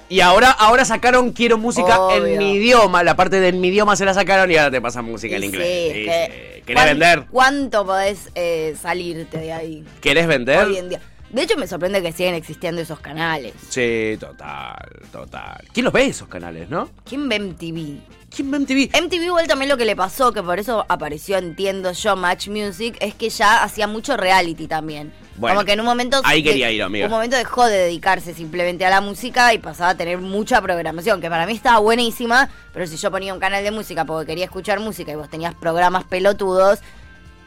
Speaker 2: Y ahora, ahora sacaron Quiero música en
Speaker 3: Obvio.
Speaker 2: mi idioma. La parte de en mi idioma se la sacaron y ahora te pasan música en
Speaker 3: Y
Speaker 2: inglés.
Speaker 3: sí,
Speaker 2: Sí,
Speaker 3: que-
Speaker 2: sí. ¿Querés
Speaker 3: ¿cuán-
Speaker 2: vender?
Speaker 3: ¿Cuánto podés eh, salirte de ahí
Speaker 2: ¿Querés vender?
Speaker 3: hoy en día? De hecho, me sorprende que sigan existiendo esos canales.
Speaker 2: Sí, total, total. ¿Quién los ve esos canales, no?
Speaker 3: ¿Quién ve MTV?
Speaker 2: ¿Quién ve MTV?
Speaker 3: MTV igual también lo que le pasó, que por eso apareció, entiendo yo, Match Music, es que ya hacía mucho reality también.
Speaker 2: Bueno,
Speaker 3: Como que en un momento...
Speaker 2: ahí
Speaker 3: de-
Speaker 2: quería ir, amiga.
Speaker 3: Un momento dejó de dedicarse simplemente a la música y pasaba a tener mucha programación, que para mí estaba buenísima, pero si yo ponía un canal de música porque quería escuchar música y vos tenías programas pelotudos,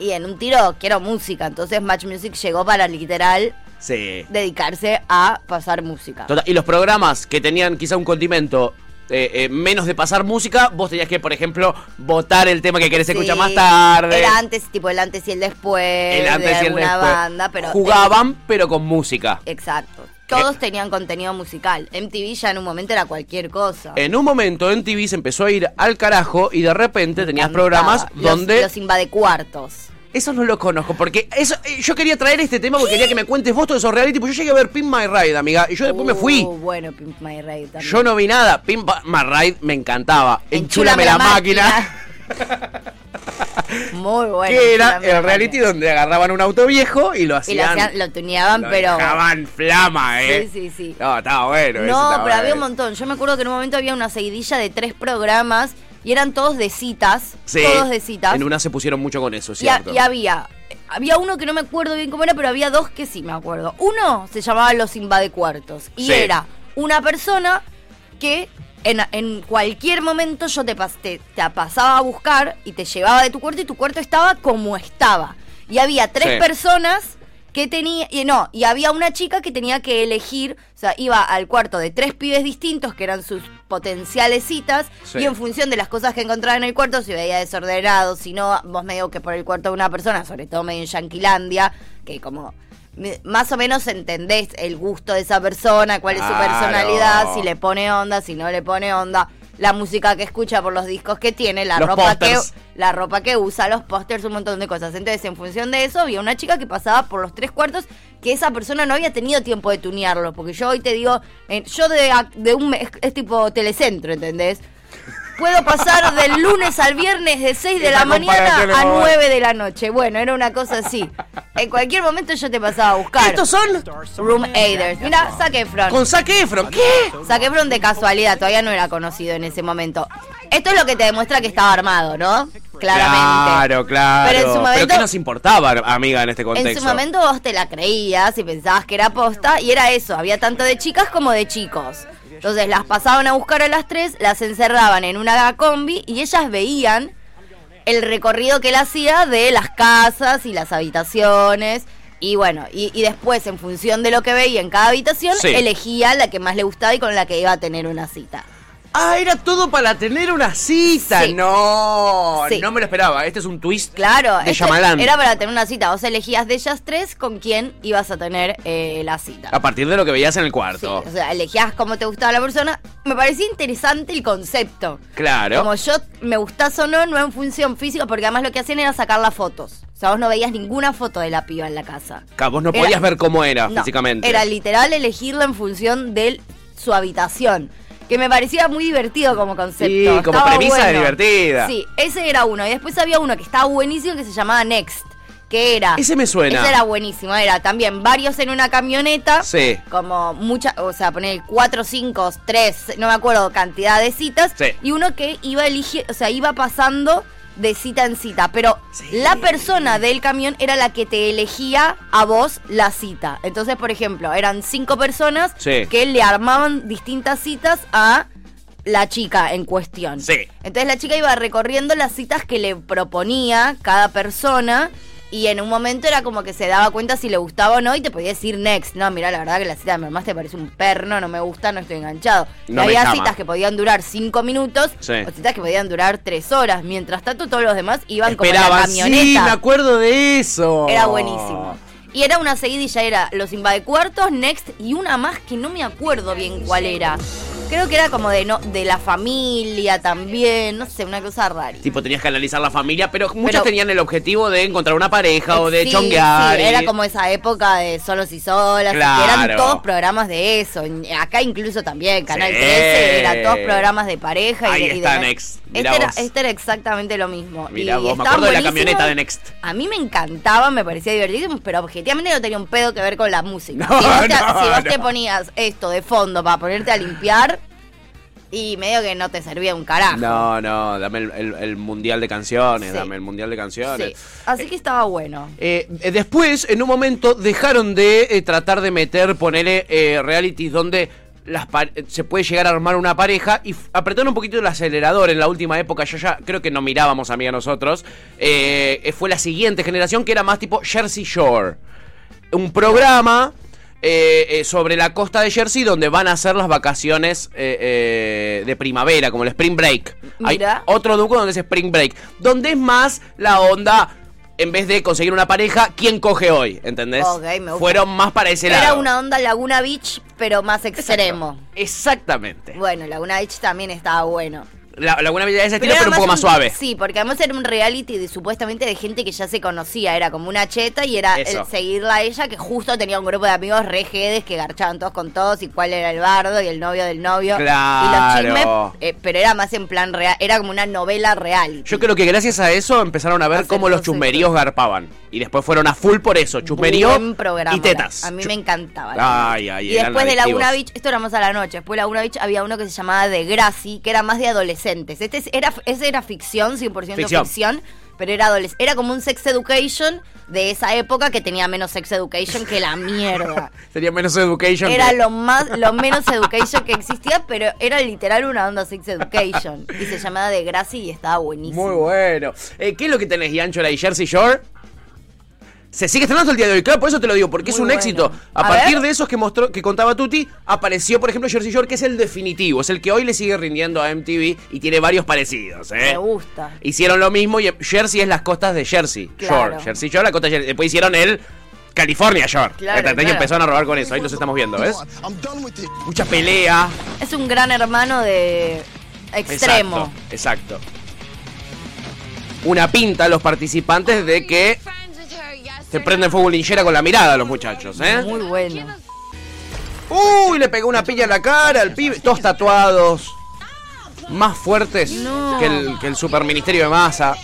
Speaker 3: y en un tiro quiero música, entonces Match Music llegó para literal
Speaker 2: Sí.
Speaker 3: dedicarse a pasar música.
Speaker 2: Total, y los programas que tenían quizá un condimento eh, eh, menos de pasar música, vos tenías que, por ejemplo, votar el tema que querés escuchar
Speaker 3: Sí,
Speaker 2: más tarde.
Speaker 3: Era antes, tipo el antes y el después.
Speaker 2: el antes
Speaker 3: de
Speaker 2: y el
Speaker 3: alguna
Speaker 2: después.
Speaker 3: banda, pero. Eh.
Speaker 2: Jugaban, pero con música.
Speaker 3: Exacto. Todos
Speaker 2: Eh,
Speaker 3: tenían contenido musical. MTV ya en un momento era cualquier cosa.
Speaker 2: En un momento en TV se empezó a ir al carajo y de repente tenías
Speaker 3: Cantaba.
Speaker 2: programas
Speaker 3: Los-
Speaker 2: donde...
Speaker 3: Los invade cuartos.
Speaker 2: Esos no los conozco, porque eso, eh, yo quería traer este tema porque quería que me cuentes vos todos esos reality, porque yo llegué a ver Pin My Ride, amiga, y yo después me
Speaker 3: Uh,
Speaker 2: fui.
Speaker 3: bueno, Pimp My Ride también.
Speaker 2: Yo no vi nada. Pin My Ride me encantaba. Enchúlame, la, máquina.
Speaker 3: Muy bueno.
Speaker 2: que era
Speaker 3: Enchúlame la
Speaker 2: el reality
Speaker 3: máquina.
Speaker 2: donde agarraban un auto viejo y lo
Speaker 3: Y lo,
Speaker 2: hacían.
Speaker 3: hacían, lo tuneaban,
Speaker 2: lo
Speaker 3: pero.
Speaker 2: dejaban flama, ¿eh?
Speaker 3: Sí, sí, sí.
Speaker 2: No, estaba bueno. eso
Speaker 3: No,
Speaker 2: estaba
Speaker 3: pero había un
Speaker 2: bueno.
Speaker 3: montón. Yo me acuerdo que en un momento había una seguidilla de tres programas y eran todos de citas.
Speaker 2: Sí,
Speaker 3: Todos de citas.
Speaker 2: En una se pusieron mucho con eso,
Speaker 3: y, ha-
Speaker 2: ¿cierto?
Speaker 3: y había. Había uno que no me acuerdo bien cómo era, pero había dos que sí me acuerdo. Uno se llamaba Los Invade Cuartos. Y
Speaker 2: Sí.
Speaker 3: era una persona que en, en cualquier momento yo te, pas- te, te pasaba a buscar y te llevaba de tu cuarto y tu cuarto estaba como estaba. Y había tres
Speaker 2: Sí.
Speaker 3: personas que tenía. Y no, y había una chica que tenía que elegir. O sea, iba al cuarto de tres pibes distintos que eran sus potenciales citas
Speaker 2: Sí.
Speaker 3: y en función de las cosas que encontraba en el cuarto, si veía desordenado, si no, vos medio que por el cuarto de una persona, sobre todo medio en Yanquilandia, que como me- más o menos entendés el gusto de esa persona, cuál es su
Speaker 2: Claro.
Speaker 3: personalidad, si le pone onda, si no le pone onda, la música que escucha por los discos que tiene, la
Speaker 2: Los
Speaker 3: ropa
Speaker 2: pósters.
Speaker 3: que la ropa que usa, los pósters, un montón de cosas. Entonces, en función de eso, había una chica que pasaba por los tres cuartos que esa persona no había tenido tiempo de tunearlo. Porque yo hoy te digo, eh, yo de, a- de un mes, es tipo telecentro, ¿entendés? Puedo pasar del lunes al viernes de 6 de
Speaker 2: Esa
Speaker 3: la mañana
Speaker 2: comparación es
Speaker 3: a
Speaker 2: muy
Speaker 3: 9 de la noche. Bueno, era una cosa así. En cualquier momento yo te pasaba a buscar.
Speaker 2: ¿Estos son?
Speaker 3: Room Aiders. Mira, saque Fron.
Speaker 2: Con Zac Efron. ¿Qué?
Speaker 3: Saqué Bron de casualidad, todavía no era conocido en ese momento. Esto es lo que te demuestra que estaba armado, ¿no? Claramente.
Speaker 2: Claro, claro.
Speaker 3: Pero en su momento-
Speaker 2: qué nos importaba, amiga, en este contexto?
Speaker 3: En su momento vos te la creías y pensabas que era posta, y era eso, había tanto de chicas como de chicos. Entonces las pasaban a buscar a las tres, las encerraban en una combi y ellas veían el recorrido que él hacía de las casas y las habitaciones. Y bueno, y, y después, en función de lo que veía en cada habitación,
Speaker 2: Sí.
Speaker 3: elegía la que más le gustaba y con la que iba a tener una cita.
Speaker 2: Ah, era todo para tener una cita.
Speaker 3: Sí.
Speaker 2: No,
Speaker 3: Sí.
Speaker 2: no me lo esperaba. Este es un twist.
Speaker 3: Claro,
Speaker 2: De
Speaker 3: este
Speaker 2: Shyamalan.
Speaker 3: era para tener una cita. Vos elegías de ellas tres con quién ibas a tener eh, la cita.
Speaker 2: A partir de lo que veías en el
Speaker 3: Sí,
Speaker 2: cuarto.
Speaker 3: o sea, elegías cómo te gustaba la persona. Me parecía interesante el concepto.
Speaker 2: Claro.
Speaker 3: Como yo me gustas o no, no en función física, porque además lo que hacían era sacar las fotos. O sea, vos no veías ninguna foto de la piba en la casa.
Speaker 2: Ca- Vos no
Speaker 3: Era-
Speaker 2: podías ver cómo era
Speaker 3: No,
Speaker 2: Ah, físicamente.
Speaker 3: Era literal elegirla en función de su habitación. Que me parecía muy divertido como concepto.
Speaker 2: Sí, como
Speaker 3: Estaba
Speaker 2: premisa
Speaker 3: bueno.
Speaker 2: divertida.
Speaker 3: Sí, ese era uno. Y después había uno que estaba buenísimo que se llamaba Next. Que era.
Speaker 2: Ese me suena.
Speaker 3: Ese era buenísimo. Era también varios en una camioneta.
Speaker 2: Sí.
Speaker 3: Como muchas. O sea, poner cuatro, cinco, tres, no me acuerdo, cantidad de citas.
Speaker 2: Sí.
Speaker 3: Y uno que iba elige, o sea, iba pasando de cita en cita, pero la persona del camión era la que te elegía a vos la cita. Entonces, por ejemplo, eran cinco personas
Speaker 2: Sí.
Speaker 3: que le armaban distintas citas a la chica en cuestión.
Speaker 2: Sí.
Speaker 3: Entonces la chica iba recorriendo las citas que le proponía cada persona y en un momento era como que se daba cuenta si le gustaba o no y te podía decir next. No, mira, la verdad que la cita de mi mamá te parece un perno, no me gusta, no estoy enganchado. Y
Speaker 2: No me
Speaker 3: había
Speaker 2: llama.
Speaker 3: citas que podían durar cinco minutos
Speaker 2: Sí.
Speaker 3: o citas que podían durar tres horas. Mientras tanto, todos los demás iban
Speaker 2: Esperaban.
Speaker 3: como en la
Speaker 2: Sí, me
Speaker 3: camioneta.
Speaker 2: acuerdo de eso.
Speaker 3: era buenísimo. Y era una seguidilla, era Los Invadecuartos, Next y una más que no me acuerdo bien cuál era. Creo que era como de no, de la familia también, no sé, una cosa rara.
Speaker 2: Tipo, tenías que analizar la familia, pero muchos
Speaker 3: Pero-
Speaker 2: tenían el objetivo de encontrar una pareja o de
Speaker 3: Sí,
Speaker 2: chonguear.
Speaker 3: sí,
Speaker 2: y-
Speaker 3: era como esa época de solos y solas, y
Speaker 2: Claro.
Speaker 3: que eran todos programas de eso. Y Acá incluso también, Canal
Speaker 2: Sí.
Speaker 3: 13, eran todos programas de pareja.
Speaker 2: Ahí
Speaker 3: y de, y de-
Speaker 2: está Next, mirá
Speaker 3: Este era,
Speaker 2: vos.
Speaker 3: este era exactamente lo mismo.
Speaker 2: Ah, Mirá
Speaker 3: y
Speaker 2: vos, me
Speaker 3: estaban
Speaker 2: acuerdo de la
Speaker 3: buenísimos.
Speaker 2: camioneta de Next.
Speaker 3: A mí me encantaba, me parecía divertidísimo, pero objetivamente no tenía un pedo que ver con la música.
Speaker 2: No,
Speaker 3: si vos, te,
Speaker 2: no,
Speaker 3: si
Speaker 2: no.
Speaker 3: vos te ponías esto de fondo para ponerte a limpiar, y medio que no te servía un carajo.
Speaker 2: No, no, dame el, el- el mundial de canciones,
Speaker 3: Ah. Sí.
Speaker 2: dame el mundial de
Speaker 3: Sí.
Speaker 2: canciones.
Speaker 3: Así que estaba bueno.
Speaker 2: Eh, eh, después, en un momento, dejaron de eh, tratar de meter, ponele eh, realities donde las pa- eh, se puede llegar a armar una pareja y f- apretaron un poquito el acelerador en la última época. Yo ya creo que no mirábamos, amiga, nosotros. Eh, eh, fue la siguiente generación que era más tipo Jersey Shore. Un programa. eh, eh, sobre la costa de Jersey, donde van a hacer las vacaciones eh, eh, de primavera, como el Spring Break.
Speaker 3: Mirá.
Speaker 2: Hay otro duco donde es Spring Break. Donde es más la onda, en vez de conseguir una pareja, ¿quién coge hoy? ¿Entendés?
Speaker 3: Ok, me gusta.
Speaker 2: Fueron más para ese
Speaker 3: Era
Speaker 2: lado.
Speaker 3: una onda Laguna Beach, pero más
Speaker 2: Exacto.
Speaker 3: extremo.
Speaker 2: Exactamente.
Speaker 3: Bueno, Laguna Beach también estaba bueno.
Speaker 2: La, alguna vida de ese
Speaker 3: Pero
Speaker 2: estilo, pero un
Speaker 3: era
Speaker 2: poco más suave.
Speaker 3: Sí, porque además era un reality de, supuestamente de gente que ya se conocía. Era como una cheta y era
Speaker 2: Eso.
Speaker 3: el seguirla a ella, que justo tenía un grupo de amigos rejedes que garchaban todos con todos y cuál era el bardo y el novio del novio.
Speaker 2: Claro.
Speaker 3: Y los chismes. eh, pero era más en plan real. Era como una novela real.
Speaker 2: Yo creo que gracias a eso empezaron a ver
Speaker 3: Hacer
Speaker 2: cómo los
Speaker 3: cosas.
Speaker 2: chusmeríos garpaban. Y después fueron a full por eso. Chusmerío
Speaker 3: Buen programa.
Speaker 2: y tetas.
Speaker 3: A mí
Speaker 2: Chu-
Speaker 3: me encantaba.
Speaker 2: Ay, ay,
Speaker 3: y
Speaker 2: eran
Speaker 3: después de
Speaker 2: adictivos.
Speaker 3: Laguna Beach, esto era más a la noche. Después de Laguna Beach había uno que se llamaba De Graci, que era más de adolescentes. Este es- era, ese era ficción, 100%
Speaker 2: Ficción.
Speaker 3: ficción. pero era adoles- Era como un sex education de esa época que tenía menos sex education que la mierda.
Speaker 2: Sería menos education.
Speaker 3: Era
Speaker 2: que-
Speaker 3: lo más, lo menos education que existía, pero era literal una onda sex education. Y se llamaba De Graci y estaba buenísimo.
Speaker 2: Muy bueno. Eh, ¿Qué es lo que tenés, Yancho, la de Jersey Shore? Se sigue estrenando hasta el día de hoy, claro, por eso te lo digo, porque es
Speaker 3: Muy
Speaker 2: un
Speaker 3: bueno.
Speaker 2: éxito. A,
Speaker 3: A
Speaker 2: partir
Speaker 3: ver.
Speaker 2: de esos que mostró, que contaba Tuti, apareció, por ejemplo, Jersey Shore, que es el definitivo, es el que hoy le sigue rindiendo a MTV y tiene varios parecidos, ¿eh?
Speaker 3: Me gusta.
Speaker 2: Hicieron lo mismo y Jersey es las costas de Jersey
Speaker 3: Claro.
Speaker 2: Shore. Jersey Shore, la costa de Jersey. Después hicieron el California Shore.
Speaker 3: Claro,
Speaker 2: Entonces,
Speaker 3: claro.
Speaker 2: empezaron a robar con eso. Ahí nos estamos viendo, ¿ves?
Speaker 6: I'm done with it.
Speaker 2: Mucha pelea.
Speaker 3: Es un gran hermano de extremo.
Speaker 2: Exacto. exacto. Una pinta a los participantes de que se prenden fuego linchera con la mirada los muchachos, ¿eh?
Speaker 3: Muy bueno.
Speaker 2: Uy, le pegó una pilla en la cara al pibe. Todos tatuados. Más fuertes que, el, que el superministerio de masa.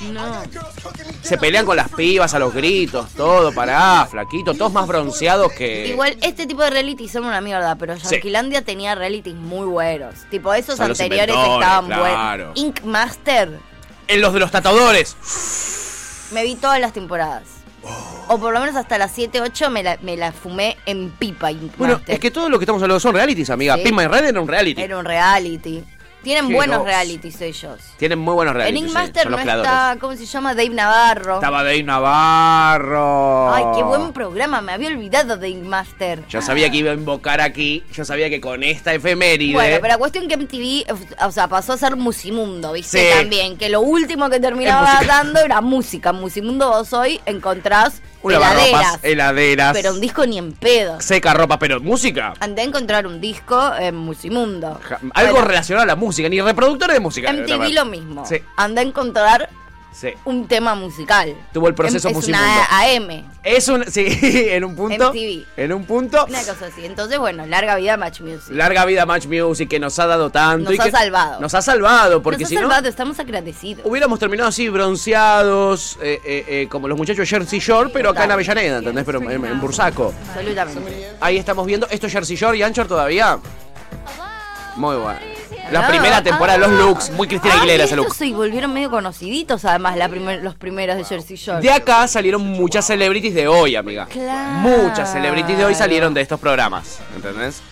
Speaker 2: Se pelean con las pibas a los gritos, todo, pará, flaquito, todos más bronceados que.
Speaker 3: Igual este tipo de reality son una mierda, pero Yanquilandia tenía realities muy buenos. Tipo, esos
Speaker 2: Son los
Speaker 3: anteriores
Speaker 2: inventores,
Speaker 3: estaban
Speaker 2: claro.
Speaker 3: buenos. Ink Master,
Speaker 2: En los de los tatuadores.
Speaker 3: me vi todas las temporadas.
Speaker 2: Oh.
Speaker 3: O por lo menos hasta las 7, 8 me la, me la fumé en pipa Ink
Speaker 2: Bueno,
Speaker 3: Master.
Speaker 2: es que todo lo que estamos hablando son realities, amiga.
Speaker 3: Sí.
Speaker 2: Pima y Red era un reality.
Speaker 3: Era un reality. Tienen
Speaker 2: Qué
Speaker 3: buenos
Speaker 2: grosso.
Speaker 3: realities ellos.
Speaker 2: Tienen muy buenos
Speaker 3: En
Speaker 2: realities.
Speaker 3: Ink
Speaker 2: sí,
Speaker 3: Master
Speaker 2: son
Speaker 3: no
Speaker 2: los creadores.
Speaker 3: está, ¿cómo se llama? Dave Navarro.
Speaker 2: Estaba Dave Navarro.
Speaker 3: Ay, qué buen programa, me había olvidado de Ink Master.
Speaker 2: Yo sabía que iba a invocar aquí. Yo sabía que con esta efeméride.
Speaker 3: Bueno, pero la cuestión que MTV, o sea, pasó a ser Musimundo, ¿viste?
Speaker 2: Sí.
Speaker 3: También, que lo último que terminaba
Speaker 2: música.
Speaker 3: dando era música. En Musimundo vos hoy encontrás
Speaker 2: Un
Speaker 3: heladeras,
Speaker 2: lavarropas, heladeras.
Speaker 3: pero un disco ni en pedo.
Speaker 2: Seca ropa, pero música.
Speaker 3: Andé a encontrar un disco en Musimundo.
Speaker 2: Ja- Algo
Speaker 3: Bueno,
Speaker 2: relacionado a la música, ni reproductores de música.
Speaker 3: MTV lo mismo.
Speaker 2: Sí,
Speaker 3: Andá a encontrar
Speaker 2: sí.
Speaker 3: un tema musical.
Speaker 2: Tuvo el proceso
Speaker 3: Em- es una
Speaker 2: Musimundo.
Speaker 3: AM.
Speaker 2: Es un. Sí, en un punto.
Speaker 3: MTV.
Speaker 2: En un punto.
Speaker 3: Una cosa así. Entonces, bueno, larga vida Match Music.
Speaker 2: Larga vida Match Music que nos ha dado tanto.
Speaker 3: Nos
Speaker 2: y
Speaker 3: ha
Speaker 2: que-
Speaker 3: salvado.
Speaker 2: Nos ha salvado, porque
Speaker 3: Nos ha
Speaker 2: si no.
Speaker 3: salvado, estamos agradecidos.
Speaker 2: Hubiéramos terminado así, bronceados, eh, eh, eh, como los muchachos de Jersey Shore, pero acá en Avellaneda, ¿entendés? Pero en, en Bursaco.
Speaker 3: Absolutamente.
Speaker 2: Ahí estamos viendo. ¿Esto es Jersey Shore y Anchor todavía? Muy bueno. La
Speaker 3: Ah,
Speaker 2: primera temporada, los
Speaker 3: ah.
Speaker 2: looks. Muy Cristina
Speaker 3: Ah,
Speaker 2: Aguilera
Speaker 3: y
Speaker 2: ese look.
Speaker 3: estos se volvieron medio conociditos, además, la primer- los primeros de Jersey Shore.
Speaker 2: De acá salieron muchas celebrities de hoy, amiga.
Speaker 3: Claro.
Speaker 2: Muchas celebrities de hoy salieron de estos programas, ¿entendés?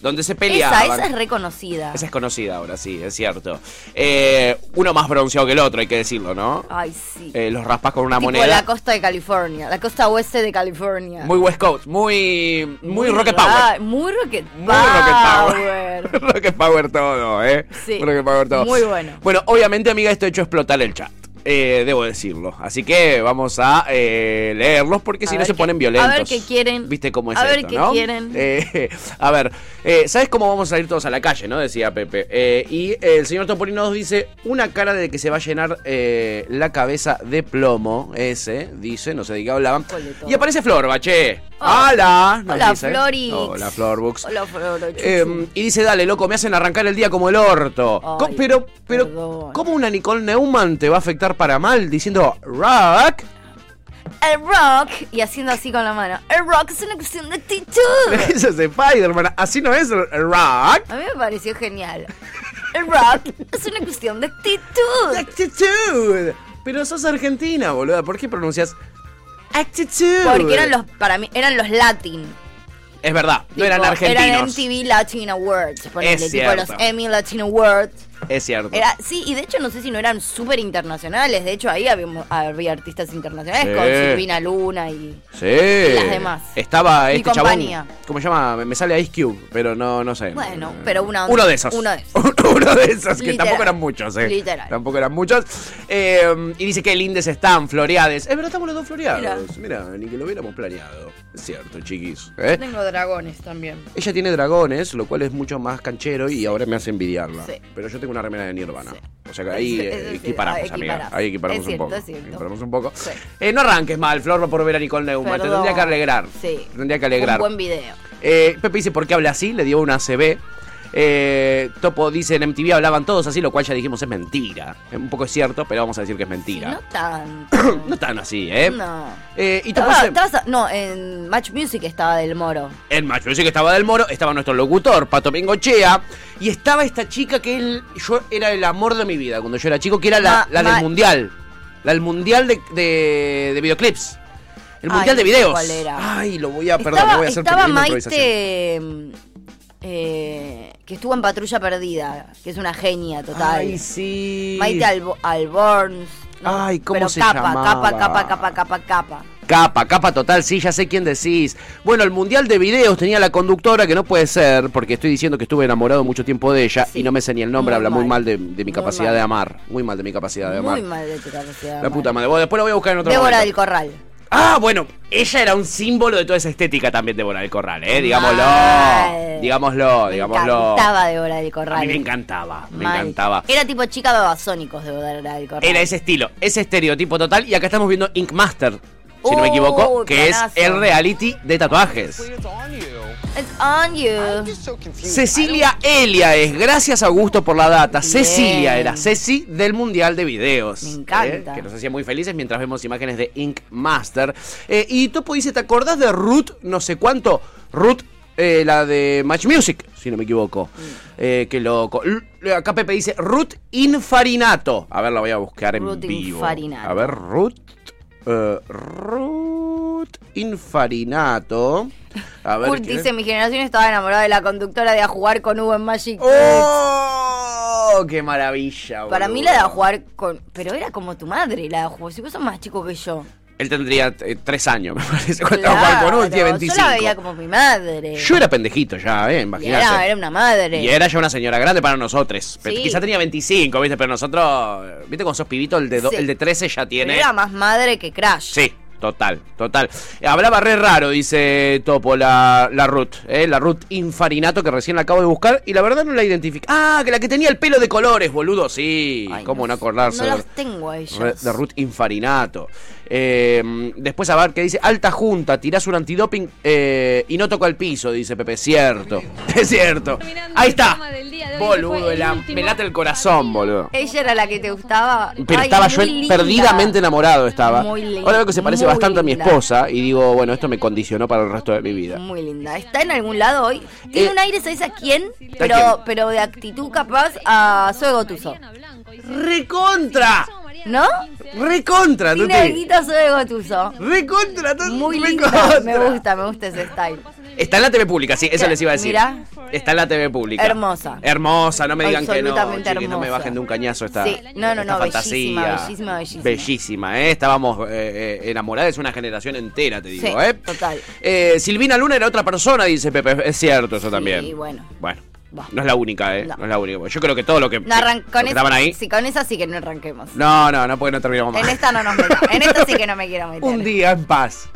Speaker 2: Donde se
Speaker 3: esa,
Speaker 2: peleaban.
Speaker 3: esa es reconocida.
Speaker 2: Esa es conocida ahora, sí, es cierto. Eh, uno más bronceado que el otro, hay que decirlo, ¿no?
Speaker 3: Ay, sí.
Speaker 2: Eh, los raspas con una
Speaker 3: tipo
Speaker 2: moneda.
Speaker 3: la costa de California, la costa oeste de California.
Speaker 2: Muy West Coast, muy, muy, Rocket
Speaker 3: ra-
Speaker 2: Power.
Speaker 3: Muy Rocket Power.
Speaker 2: Muy Rocket Power. Rocket Power todo, ¿eh?
Speaker 3: Sí.
Speaker 2: Rocket Power todo.
Speaker 3: Muy bueno.
Speaker 2: Bueno, obviamente, amiga, esto ha hecho explotar el chat. eh, debo decirlo. Así que vamos a eh, leerlos porque si no
Speaker 3: A ver
Speaker 2: se
Speaker 3: qué-
Speaker 2: ponen violentos.
Speaker 3: a ver qué quieren.
Speaker 2: ¿Viste cómo es
Speaker 3: A ver
Speaker 2: esto,
Speaker 3: qué
Speaker 2: no?
Speaker 3: quieren.
Speaker 2: Eh, a ver, eh, ¿sabes cómo vamos a salir todos a la calle, no? Decía Pepe. Eh, y eh, el señor Topolino nos dice: Una cara de que se va a llenar eh, la cabeza de plomo. Ese, dice, no sé de qué hablaban.
Speaker 3: Ole, todo.
Speaker 2: Y aparece Flor, bache.
Speaker 3: Ah.
Speaker 2: ¡Hola! nos
Speaker 3: Hola,
Speaker 2: dice.
Speaker 3: Florix.
Speaker 2: Hola, Florbux.
Speaker 3: Hola, Floro, chuchu.
Speaker 2: Eh, y dice, dale, loco, me hacen arrancar el día como el orto.
Speaker 3: Ay,
Speaker 2: Co- pero, pero,
Speaker 3: perdón.
Speaker 2: ¿cómo una Nicole Neumann te va a afectar para mal diciendo rock?
Speaker 3: El rock, y haciendo así con la mano. El rock es una cuestión de actitud.
Speaker 2: Eso es Spider-Man, así no es el rock.
Speaker 3: A mí me pareció genial. El rock es una cuestión de actitud.
Speaker 2: Actitud. Pero sos argentina, boluda, ¿por qué pronuncias actitud?
Speaker 3: Porque eran los, para mí, eran los latin.
Speaker 2: Es verdad, no
Speaker 3: Tipo,
Speaker 2: eran
Speaker 3: Eran
Speaker 2: argentinos.
Speaker 3: MTV Latin Awards, ponele,
Speaker 2: Es
Speaker 3: tipo
Speaker 2: cierto.
Speaker 3: los Emmy Latin Awards.
Speaker 2: es cierto.
Speaker 3: Era, sí, y de hecho no sé si no eran súper internacionales. De hecho, ahí había, había artistas internacionales
Speaker 2: Sí.
Speaker 3: con Silvina Luna y.
Speaker 2: Sí.
Speaker 3: las demás.
Speaker 2: Estaba
Speaker 3: Mi
Speaker 2: este
Speaker 3: compañía.
Speaker 2: chabón. ¿Cómo se llama? Me- Me sale Ice Cube, pero no, no sé.
Speaker 3: Bueno,
Speaker 2: Eh,
Speaker 3: pero una-
Speaker 2: Uno de esos.
Speaker 3: uno de esos.
Speaker 2: uno de esos, que
Speaker 3: Literal.
Speaker 2: tampoco eran muchos, eh.
Speaker 3: Literal.
Speaker 2: Tampoco eran muchos. Eh, y dice que lindes están, floreades. Es verdad, estamos los dos floreados. Mira, ni que lo hubiéramos planeado. Es cierto, chiquis. ¿eh?
Speaker 3: Tengo dragones también.
Speaker 2: Ella tiene dragones, lo cual es mucho más canchero y ahora me hace envidiarla.
Speaker 3: Sí.
Speaker 2: Pero yo tengo una remera de Nirvana.
Speaker 3: Sí.
Speaker 2: O sea que ahí
Speaker 3: Es-
Speaker 2: eh,
Speaker 3: es decir,
Speaker 2: equiparamos,
Speaker 3: ah,
Speaker 2: amiga.
Speaker 3: equiparás.
Speaker 2: Ahí equiparamos
Speaker 3: Es
Speaker 2: un
Speaker 3: cierto,
Speaker 2: poco.
Speaker 3: es cierto.
Speaker 2: Equiparamos un poco.
Speaker 3: Sí.
Speaker 2: Eh, no arranques mal, Flor, por ver a Nicole Neumann. Te
Speaker 3: Perdón.
Speaker 2: tendría que alegrar.
Speaker 3: Sí.
Speaker 2: Tendría que alegrar.
Speaker 3: Un buen video.
Speaker 2: Eh, Pepe dice, ¿por qué habla así? Le dio una CB. Eh, Topo dice, en MTV hablaban todos así, lo cual ya dijimos es mentira. Eh, Un poco es cierto, pero vamos a decir que es mentira.
Speaker 3: No tanto.
Speaker 2: no tan así, ¿eh?
Speaker 3: No.
Speaker 2: Eh, y Topo
Speaker 3: Estaba-
Speaker 2: dice-
Speaker 3: estabas- no, en Match Music estaba Del Moro.
Speaker 2: En Match Music estaba Del Moro, estaba nuestro locutor, Pato Pingochea, y estaba esta chica que él, yo era el amor de mi vida cuando yo era chico, que era la,
Speaker 3: Ma-
Speaker 2: la
Speaker 3: ma-
Speaker 2: del Mundial. La del Mundial de, de- de videoclips. El
Speaker 3: Ay,
Speaker 2: Mundial de
Speaker 3: no sé
Speaker 2: videos.
Speaker 3: cuál era.
Speaker 2: Ay, lo voy a, Ah, perdón,
Speaker 3: estaba
Speaker 2: lo voy a hacer
Speaker 3: estaba
Speaker 2: pequeña improvisación.
Speaker 3: Maite. eh, que estuvo en Patrulla Perdida, que es una genia total.
Speaker 2: Ay, sí.
Speaker 3: Maite Albo- Alborns. ¿no?
Speaker 2: Ay, ¿cómo
Speaker 3: Pero
Speaker 2: se
Speaker 3: capa,
Speaker 2: llamaba?
Speaker 3: capa, capa, capa, capa, capa.
Speaker 2: Capa, capa total, sí, ya sé quién decís. Bueno, el Mundial de Videos tenía la conductora, que no puede ser, porque estoy diciendo que estuve enamorado mucho tiempo de ella
Speaker 3: Sí.
Speaker 2: y no me sé ni el nombre,
Speaker 3: Muy
Speaker 2: habla muy mal
Speaker 3: mal.
Speaker 2: de, de mi
Speaker 3: Muy
Speaker 2: capacidad
Speaker 3: mal.
Speaker 2: de amar. Muy mal de mi capacidad de amar.
Speaker 3: Muy mal de tu capacidad.
Speaker 2: La puta madre. Bueno, después lo voy a buscar en otro
Speaker 3: Débora
Speaker 2: momento.
Speaker 3: del Corral.
Speaker 2: Ah, bueno, ella era un símbolo de toda esa estética también de Débora del Corral, ¿eh? Digámoslo.
Speaker 3: Mal.
Speaker 2: Digámoslo,
Speaker 3: Me
Speaker 2: digámoslo.
Speaker 3: encantaba Débora del
Speaker 2: A
Speaker 3: Corral.
Speaker 2: mí me encantaba, me
Speaker 3: Mal.
Speaker 2: encantaba.
Speaker 3: Era tipo chica babasónicos Débora del Corral.
Speaker 2: Era ese estilo, ese estereotipo total. Y acá estamos viendo Ink Master, si no me
Speaker 3: Uh,
Speaker 2: equivoco, que
Speaker 3: planazo.
Speaker 2: es el reality de tatuajes.
Speaker 3: It's on you.
Speaker 2: Cecilia Elia es, gracias Augusto por la data. Cecilia era Ceci del Mundial de Videos. ¿eh?
Speaker 3: Me encanta.
Speaker 2: Que nos hacía muy felices mientras vemos imágenes de Ink Master. Eh, y Topo dice: ¿Te acordás de Ruth? No sé cuánto. Ruth, eh, la de Match Music, si no me equivoco.
Speaker 3: Mm.
Speaker 2: Eh, qué loco. L- eh, acá Pepe dice: Ruth Infarinato. A ver, la voy a buscar en
Speaker 3: Ruth
Speaker 2: vivo.
Speaker 3: Infarinato.
Speaker 2: A ver, Ruth. eh, Ruth Infarinato. A ver.
Speaker 3: Kurt
Speaker 2: ¿quién es?
Speaker 3: dice, mi generación estaba enamorada de la conductora de A Jugar con Hugo en Magic.
Speaker 2: ¡Oh! ¡Qué maravilla,
Speaker 3: Para
Speaker 2: boludo.
Speaker 3: mí la de A Jugar con... Pero era como tu madre la de A Jugar. Si vos sos más chico que yo.
Speaker 2: Él tendría eh, tres años, me parece. Cuando estaba jugando con uno, él tenía
Speaker 3: Claro, Yo la veía
Speaker 2: 25.
Speaker 3: como mi madre.
Speaker 2: Yo era pendejito ya, ¿eh?
Speaker 3: Y era,
Speaker 2: Imagínate.
Speaker 3: era una madre.
Speaker 2: Y era ya una señora grande para nosotros. Pe-
Speaker 3: Sí.
Speaker 2: Quizá tenía 25, ¿viste? Pero nosotros. ¿Viste cuando sos pibito? El de, do-
Speaker 3: Sí.
Speaker 2: el de 13 ya
Speaker 3: Pero
Speaker 2: tiene.
Speaker 3: era más madre que Crash.
Speaker 2: Sí, total, total. Hablaba re raro, dice Topo, la, la Ruth, ¿eh? la Ruth Infarinato que recién la acabo de buscar y la verdad no la identifico. Ah, que la que tenía el pelo de colores, boludo, sí.
Speaker 3: Ay,
Speaker 2: ¿Cómo
Speaker 3: no
Speaker 2: no
Speaker 3: sé,
Speaker 2: acordarse?
Speaker 3: no
Speaker 2: de-
Speaker 3: las tengo a ellas.
Speaker 2: re- De Ruth Infarinato. Eh, después a ver qué dice, alta junta, tirás un antidoping eh, y no toca el piso, dice Pepe, cierto, es cierto. Ahí está. Boludo, la- me late el corazón, boludo.
Speaker 3: Ella era la que te gustaba.
Speaker 2: Pero
Speaker 3: Eh, Ay,
Speaker 2: estaba
Speaker 3: muy
Speaker 2: yo
Speaker 3: linda.
Speaker 2: perdidamente enamorado estaba.
Speaker 3: Muy linda,
Speaker 2: Ahora veo que se parece
Speaker 3: muy
Speaker 2: bastante a mi
Speaker 3: linda.
Speaker 2: esposa y digo, bueno, esto me condicionó para el resto de mi vida.
Speaker 3: Muy linda. ¿Está en algún lado hoy? Tiene
Speaker 2: Eh,
Speaker 3: un aire, ¿sabes a quién?
Speaker 2: quién?
Speaker 3: Pero, pero de actitud capaz a Zoe Gotuso.
Speaker 2: ¡Recontra!
Speaker 3: ¿No?
Speaker 2: ¡Recontra,
Speaker 3: Tiene
Speaker 2: Tuti!
Speaker 3: algo Zoe Gotuso.
Speaker 2: ¡Recontra, Tuti!
Speaker 3: Muy
Speaker 2: recontra.
Speaker 3: linda. Me gusta, me gusta ese style.
Speaker 2: Está en la TV pública, sí, eso les iba a decir.
Speaker 3: Mirá.
Speaker 2: Está en la TV pública.
Speaker 3: Hermosa.
Speaker 2: Hermosa, no me digan que no.
Speaker 3: Absolutamente
Speaker 2: chiquis, no me
Speaker 3: hermosa.
Speaker 2: bajen de un cañazo esta.
Speaker 3: Sí. No, no,
Speaker 2: esta
Speaker 3: no,
Speaker 2: fantasía.
Speaker 3: bellísima, bellísima, bellísima.
Speaker 2: Bellísima, ¿eh? Estábamos eh, eh, enamoradas, una generación entera, te digo,
Speaker 3: Sí,
Speaker 2: ¿eh?
Speaker 3: total.
Speaker 2: Eh, Silvina Luna era otra persona, dice Pepe. Es cierto eso
Speaker 3: Sí,
Speaker 2: también.
Speaker 3: bueno.
Speaker 2: Bueno.
Speaker 3: Va.
Speaker 2: No es la única, ¿eh? No.
Speaker 3: No.
Speaker 2: es la única. Yo creo que todo lo que,
Speaker 3: No arran-
Speaker 2: lo
Speaker 3: con
Speaker 2: que
Speaker 3: esa-
Speaker 2: estaban ahí.
Speaker 3: Sí, con esa sí que no arranquemos.
Speaker 2: No, no, no, porque no terminamos más.
Speaker 3: En esta no nos metemos. En esta sí que no me quiero meter.
Speaker 2: Un día en paz.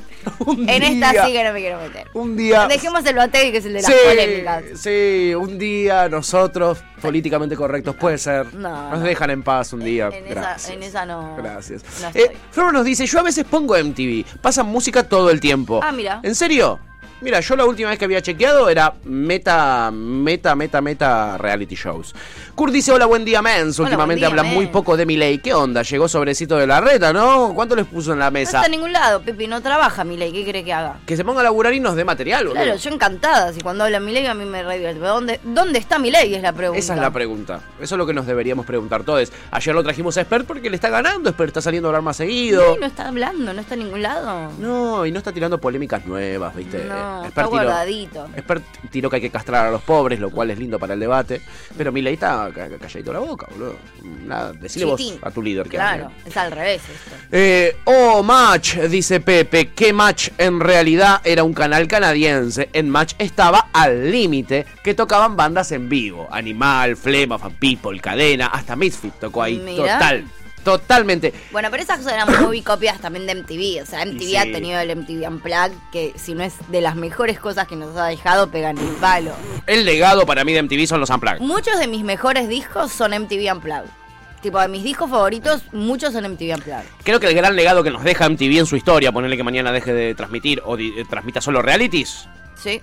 Speaker 2: Un
Speaker 3: En
Speaker 2: día.
Speaker 3: esta sí que no me quiero meter.
Speaker 2: Un día.
Speaker 3: Dejemos el batey que es el de las
Speaker 2: Ah, sí,
Speaker 3: polémicas.
Speaker 2: sí, un día nosotros, políticamente correctos, puede ser.
Speaker 3: No,
Speaker 2: nos
Speaker 3: no.
Speaker 2: dejan en paz un día.
Speaker 3: en esa-
Speaker 2: Gracias.
Speaker 3: en esa no-
Speaker 2: Gracias.
Speaker 3: no estoy.
Speaker 2: eh, Flor nos dice: Yo a veces pongo MTV, pasan música todo el tiempo.
Speaker 3: Ah, mira.
Speaker 2: ¿En serio? Mira, yo la última vez que había chequeado era meta, meta, meta, meta reality shows. Kurt dice, hola, buen día, mens.
Speaker 3: Hola,
Speaker 2: Últimamente
Speaker 3: buen día,
Speaker 2: hablan muy
Speaker 3: mens.
Speaker 2: poco de mi ley. ¿Qué onda? Llegó sobrecito de la reta, ¿no? ¿Cuánto les puso en la
Speaker 3: No
Speaker 2: mesa?
Speaker 3: está en ningún lado, Pepe, no trabaja Milei, ¿qué cree que haga?
Speaker 2: Que se ponga a laburar y nos dé material, boludo.
Speaker 3: Claro, yo encantada, si cuando habla Milei a mí me re divierte, pero ¿Dónde, ¿Dónde está Milei? Es la pregunta.
Speaker 2: Esa es la pregunta. Eso es lo que nos deberíamos preguntar todos. Ayer lo trajimos a Expert porque le está ganando. Expert está saliendo a hablar más seguido.
Speaker 3: Milei no está hablando, no está en ningún lado.
Speaker 2: No, y no está tirando polémicas nuevas, ¿viste?
Speaker 3: No,
Speaker 2: Eh,
Speaker 3: está
Speaker 2: tiró-
Speaker 3: guardadito.
Speaker 2: Expert tiró que hay que castrar a los pobres, lo cual es lindo para el debate. Pero Milei está ca- ca- calladito la boca, boludo. Nada, decile
Speaker 3: Chitín.
Speaker 2: vos a tu líder que
Speaker 3: Claro,
Speaker 2: hable.
Speaker 3: es al revés esto.
Speaker 2: Eh, oh, Match, dice Pepe, que Match en realidad era un canal canadiense. En Match estaba al límite que tocaban bandas en vivo. Animal, Flema, Fan People, Cadena, hasta Misfit tocó ahí.
Speaker 3: Mirá.
Speaker 2: Total, totalmente.
Speaker 3: Bueno, pero esas cosas eran muy copias también de MTV. O sea, MTV
Speaker 2: Y
Speaker 3: ha
Speaker 2: sí.
Speaker 3: tenido el MTV Unplugged, que si no es de las mejores cosas que nos ha dejado, pegan el palo.
Speaker 2: El legado para mí de MTV son los Unplugged.
Speaker 3: Muchos de mis mejores discos son MTV Unplugged. Tipo, de mis discos favoritos, muchos son MTV Unplugged.
Speaker 2: Creo que el gran legado que nos deja MTV en su historia, ponerle que mañana deje de transmitir o di- eh, transmita solo realities,
Speaker 3: Sí.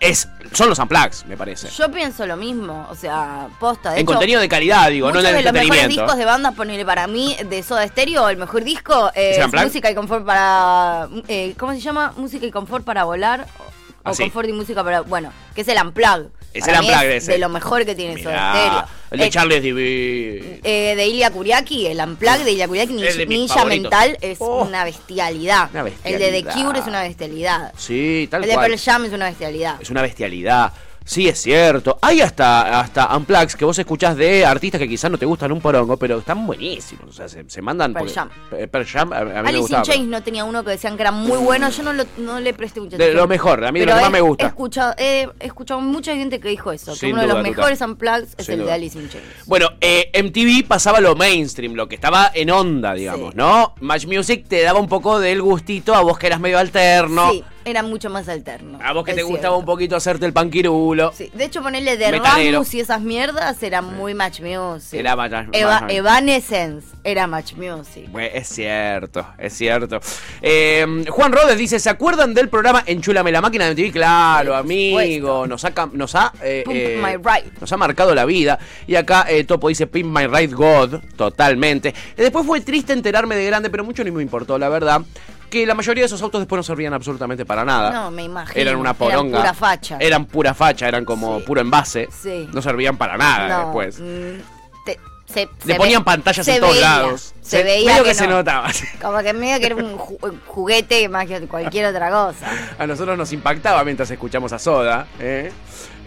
Speaker 2: es, son los Unplugged, me parece.
Speaker 3: Yo pienso lo mismo, o sea, posta. De
Speaker 2: en
Speaker 3: hecho,
Speaker 2: contenido de calidad, digo, no
Speaker 3: muchos
Speaker 2: en
Speaker 3: de los mejores
Speaker 2: entretenimiento.
Speaker 3: discos de bandas, ponele para mí, de Soda Stereo, el mejor disco es
Speaker 2: Sean Black?
Speaker 3: Música y Confort para... eh, ¿Cómo se llama? Música y Confort para volar. O
Speaker 2: Ah, sí.
Speaker 3: Confort y Música para... Bueno, que es el Unplugged.
Speaker 2: Es
Speaker 3: Para
Speaker 2: el
Speaker 3: mí
Speaker 2: Unplugged ese.
Speaker 3: De lo mejor que tiene Soda
Speaker 2: Mirá,
Speaker 3: Stereo.
Speaker 2: el de
Speaker 3: Eh,
Speaker 2: Charles Divi.
Speaker 3: eh, de Ilya Kuriaki, el Unplugged de Ilya Kuriaki,
Speaker 2: Es de
Speaker 3: Ninja,
Speaker 2: mis
Speaker 3: Ninja
Speaker 2: favoritos.
Speaker 3: Mental, es
Speaker 2: Oh.
Speaker 3: una, bestialidad.
Speaker 2: Una
Speaker 3: El de The
Speaker 2: bestialidad.
Speaker 3: Cure es una bestialidad.
Speaker 2: Sí, tal
Speaker 3: el de
Speaker 2: cual.
Speaker 3: Pearl Jam es una bestialidad.
Speaker 2: Es una bestialidad. Sí, es cierto. Hay hasta, hasta unplugs que vos escuchás de artistas que quizás no te gustan un porongo, pero están buenísimos. O sea, se, se mandan.
Speaker 3: Pearl
Speaker 2: porque-
Speaker 3: Jam.
Speaker 2: Pe- Pearl Jam, a, a mí me
Speaker 3: Alice in
Speaker 2: gustaba. pero-
Speaker 3: Chains no tenía uno, pero decían que era muy bueno. Yo no, lo- no le presté mucha
Speaker 2: De
Speaker 3: atención.
Speaker 2: lo mejor, a mí de lo
Speaker 3: Pero
Speaker 2: que más
Speaker 3: he-
Speaker 2: me gusta.
Speaker 3: He escuchado, he escuchado mucha gente que dijo eso.
Speaker 2: Sin
Speaker 3: que uno de
Speaker 2: duda,
Speaker 3: los
Speaker 2: total.
Speaker 3: mejores unplugs es
Speaker 2: Sin
Speaker 3: el
Speaker 2: duda.
Speaker 3: de Alice in Chains.
Speaker 2: Bueno, eh, MTV pasaba lo mainstream, lo que estaba en onda, digamos, ¿no? Match Music te daba un poco del gustito a vos que eras medio alterno.
Speaker 3: Sí, era mucho más alterno.
Speaker 2: A vos que
Speaker 3: es
Speaker 2: te gustaba
Speaker 3: cierto.
Speaker 2: un poquito hacerte el panquirulo.
Speaker 3: Sí, De hecho, ponerle de
Speaker 2: Metalero.
Speaker 3: Ramus y esas mierdas era muy match music.
Speaker 2: Era match- match
Speaker 3: Eva-
Speaker 2: music.
Speaker 3: Evanescence era match music.
Speaker 2: Bueno, Es cierto, es cierto. Eh, Juan Rodes dice, ¿se acuerdan del programa Enchúlame la máquina de MTV? Claro, amigo, nos ha, cam- nos ha, eh,
Speaker 3: Pump
Speaker 2: eh,
Speaker 3: my ride.
Speaker 2: nos ha marcado la vida. Y acá eh, Topo dice, Pimp My Ride God, totalmente. Y después fue triste enterarme de grande, pero mucho ni me importó, la verdad. Que la mayoría de esos autos después no servían absolutamente para nada.
Speaker 3: No, me imagino.
Speaker 2: Eran una
Speaker 3: Eran
Speaker 2: poronga.
Speaker 3: pura facha.
Speaker 2: Eran pura facha, eran como
Speaker 3: Sí.
Speaker 2: puro envase.
Speaker 3: Sí.
Speaker 2: No servían para nada
Speaker 3: No,
Speaker 2: después.
Speaker 3: mm, te- se-
Speaker 2: Le
Speaker 3: se
Speaker 2: ponían
Speaker 3: ve-
Speaker 2: pantallas
Speaker 3: se
Speaker 2: en todos
Speaker 3: veía,
Speaker 2: lados.
Speaker 3: Se, veía
Speaker 2: medio
Speaker 3: que,
Speaker 2: que, se
Speaker 3: no.
Speaker 2: notaba.
Speaker 3: Como que medio que era un ju- un juguete más que cualquier otra cosa.
Speaker 2: A nosotros nos impactaba mientras escuchamos a Soda. ¿eh?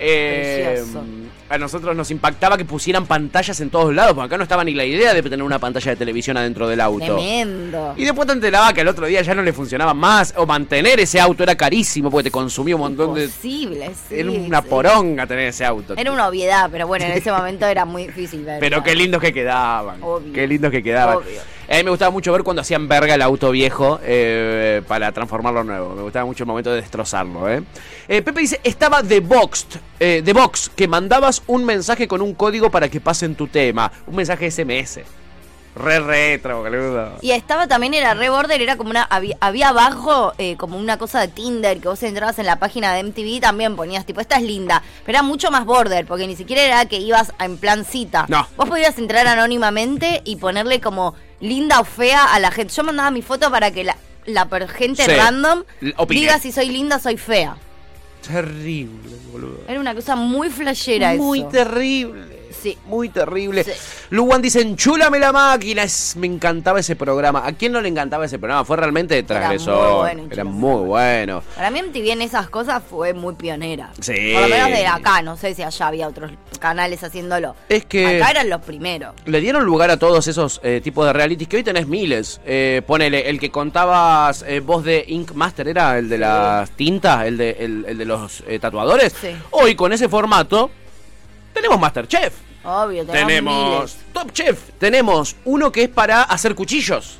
Speaker 2: Eh,
Speaker 3: Precioso.
Speaker 2: a nosotros nos impactaba que pusieran pantallas en todos lados, porque acá no estaba ni la idea de tener una pantalla de televisión adentro del auto.
Speaker 3: Tremendo.
Speaker 2: Y después te enteraba que al otro día ya no le funcionaba más, o mantener ese auto era carísimo porque te consumía un montón de.
Speaker 3: Imposible, sí,
Speaker 2: Era una
Speaker 3: sí.
Speaker 2: poronga tener ese auto.
Speaker 3: Era una obviedad, pero bueno, en ese momento era muy difícil ver.
Speaker 2: Pero qué lindos que quedaban.
Speaker 3: Obvio.
Speaker 2: Qué lindos que quedaban.
Speaker 3: Obvio.
Speaker 2: A mí me gustaba mucho ver cuando hacían verga el auto viejo eh, para transformarlo en nuevo. Me gustaba mucho el momento de destrozarlo. ¿eh? Eh, Pepe dice, estaba The Boxed, eh, The Box, que mandabas un mensaje con un código para que pasen tu tema. Un mensaje SMS. Re retro, boludo.
Speaker 3: Y estaba también, era re border, era como una. Había, había abajo eh, como una cosa de Tinder que vos entrabas en la página de MTV y también ponías tipo, esta es linda. Pero era mucho más border, porque ni siquiera era que ibas a- en plan cita.
Speaker 2: No.
Speaker 3: Vos podías entrar anónimamente y ponerle como linda o fea a la gente. Yo mandaba mi foto para que la, la per- gente
Speaker 2: Sí.
Speaker 3: random
Speaker 2: L- opine.
Speaker 3: diga si soy linda o soy fea.
Speaker 2: Terrible, boludo.
Speaker 3: Era una cosa muy flashera
Speaker 2: Muy
Speaker 3: eso.
Speaker 2: terrible.
Speaker 3: Sí.
Speaker 2: Muy terrible.
Speaker 3: Sí.
Speaker 2: Luwan dice, enchúlame la máquina. Es- me encantaba ese programa. ¿A quién no le encantaba ese programa? Fue realmente transgresor.
Speaker 3: muy bueno,
Speaker 2: Era
Speaker 3: Enchúlame la
Speaker 2: muy bueno.
Speaker 3: Para mí MTV en esas cosas fue muy pionera.
Speaker 2: Sí.
Speaker 3: Por lo menos de acá, no sé si allá había otros canales haciéndolo.
Speaker 2: Es que-
Speaker 3: Acá eran los primeros.
Speaker 2: Le dieron lugar a todos esos eh, tipos de realities que hoy tenés miles. Eh, ponele, el que contabas eh, vos de Ink Master era el de las tintas, el de, el, el de los eh, tatuadores.
Speaker 3: Sí.
Speaker 2: Hoy con ese formato tenemos Masterchef.
Speaker 3: Obvio, tenemos.
Speaker 2: Tenemos Top Chef. Tenemos uno que es para hacer cuchillos.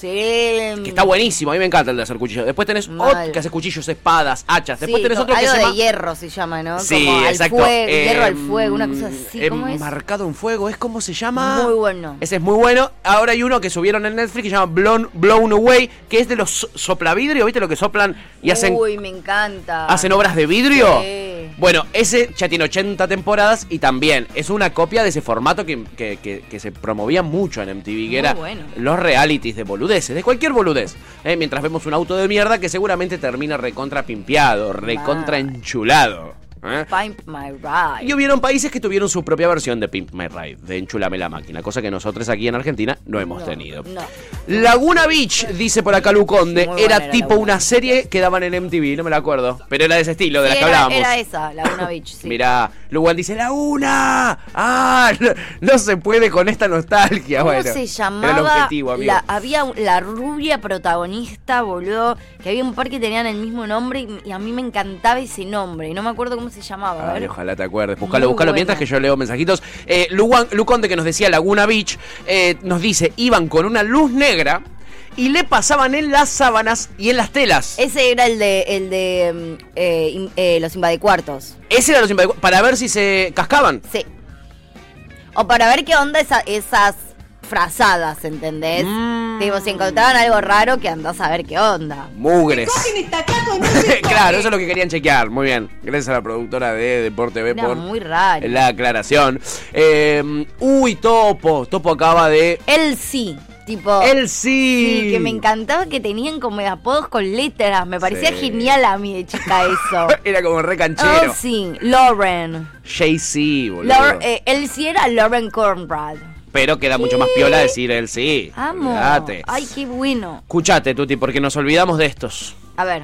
Speaker 3: miles. Sí.
Speaker 2: Que está buenísimo, a mí me encanta el de hacer cuchillos. Después tenés
Speaker 3: Mal.
Speaker 2: otro que hace cuchillos, espadas, hachas. Después
Speaker 3: Sí,
Speaker 2: tenés
Speaker 3: co-
Speaker 2: otro que
Speaker 3: algo
Speaker 2: se
Speaker 3: de
Speaker 2: llama...
Speaker 3: hierro se llama, ¿no?
Speaker 2: Sí,
Speaker 3: Como al
Speaker 2: exacto.
Speaker 3: fuego, hierro al
Speaker 2: Em,
Speaker 3: fuego, una cosa así,
Speaker 2: em,
Speaker 3: ¿cómo es?
Speaker 2: Marcado en fuego, ¿es como se llama?
Speaker 3: Muy bueno.
Speaker 2: Ese es muy bueno. Ahora hay uno que subieron en Netflix que se llama Blown, Blown Away, que es de los so- soplavidrio, ¿viste? Lo que soplan y hacen,
Speaker 3: Uy, me encanta.
Speaker 2: hacen obras de vidrio.
Speaker 3: Sí.
Speaker 2: Bueno, ese ya tiene 80 temporadas y también es una copia de ese formato que, que- que- que se promovía mucho en MTV, que
Speaker 3: Muy
Speaker 2: era
Speaker 3: bueno.
Speaker 2: los realities de boludeces, de cualquier boludez. Eh, Mientras vemos un auto de mierda que seguramente termina recontra pimpeado, recontra enchulado. ¿eh?
Speaker 3: Pimp My Ride.
Speaker 2: Y hubieron países que tuvieron su propia versión de Pimp My Ride, de Enchulame la Máquina, cosa que nosotros aquí en Argentina no hemos
Speaker 3: No,
Speaker 2: tenido.
Speaker 3: no.
Speaker 2: Laguna Beach, dice por acá Luconde,
Speaker 3: Sí, muy buena
Speaker 2: era
Speaker 3: era
Speaker 2: tipo
Speaker 3: Laguna
Speaker 2: una
Speaker 3: Beach.
Speaker 2: serie que daban en MTV, no me la acuerdo, pero era de ese estilo, de
Speaker 3: Sí,
Speaker 2: la que
Speaker 3: era,
Speaker 2: hablábamos.
Speaker 3: era esa, Laguna Beach, sí.
Speaker 2: Mirá, Luan dice, ¡Laguna! ¡Ah! No, no se puede con esta nostalgia,
Speaker 3: ¿Cómo
Speaker 2: Ah, bueno.
Speaker 3: se
Speaker 2: Era
Speaker 3: llamaba?
Speaker 2: el objetivo, amigo.
Speaker 3: la, había un- la rubia protagonista, boludo, que había un par que tenían el mismo nombre y, y a mí me encantaba ese nombre. Y no me acuerdo cómo se llamaba. a
Speaker 2: Ay,
Speaker 3: ver.
Speaker 2: ojalá te acuerdes. Buscalo,
Speaker 3: Muy
Speaker 2: buscalo
Speaker 3: buena.
Speaker 2: mientras que yo leo mensajitos. Eh, Luan- Luconde, que nos decía Laguna Beach, eh, nos dice: iban con una luz negra y le pasaban en las sábanas y en las telas.
Speaker 3: Ese era el de, el de mm, eh, in- eh, los invadecuartos.
Speaker 2: Ese era los invadigu- para ver si se cascaban.
Speaker 3: Sí. O para ver qué onda esa- esas frazadas, ¿entendés?
Speaker 2: Mm.
Speaker 3: Digo, si encontraban algo raro, que andás a ver qué onda.
Speaker 2: Mugres. claro, eso es lo que querían chequear. Muy bien. Gracias a la productora de Deporte B
Speaker 3: Era
Speaker 2: por
Speaker 3: muy raro.
Speaker 2: la aclaración. Eh, uy, Topo. Topo acaba de.
Speaker 3: Él sí, tipo.
Speaker 2: Él sí.
Speaker 3: Oh. Sí, que me encantaba que tenían como apodos con letras. Me parecía
Speaker 2: Sí.
Speaker 3: genial a mí de chica eso.
Speaker 2: Era como re canchero.
Speaker 3: Elsie, Lauren.
Speaker 2: Jay-Z, boludo.
Speaker 3: Laur- eh, Elsie era Lauren Conrad.
Speaker 2: Pero queda mucho más piola decir el sí.
Speaker 3: Amo.
Speaker 2: Olvídate.
Speaker 3: Ay, qué bueno.
Speaker 2: Escuchate, Tuti, porque nos olvidamos de estos.
Speaker 3: A ver.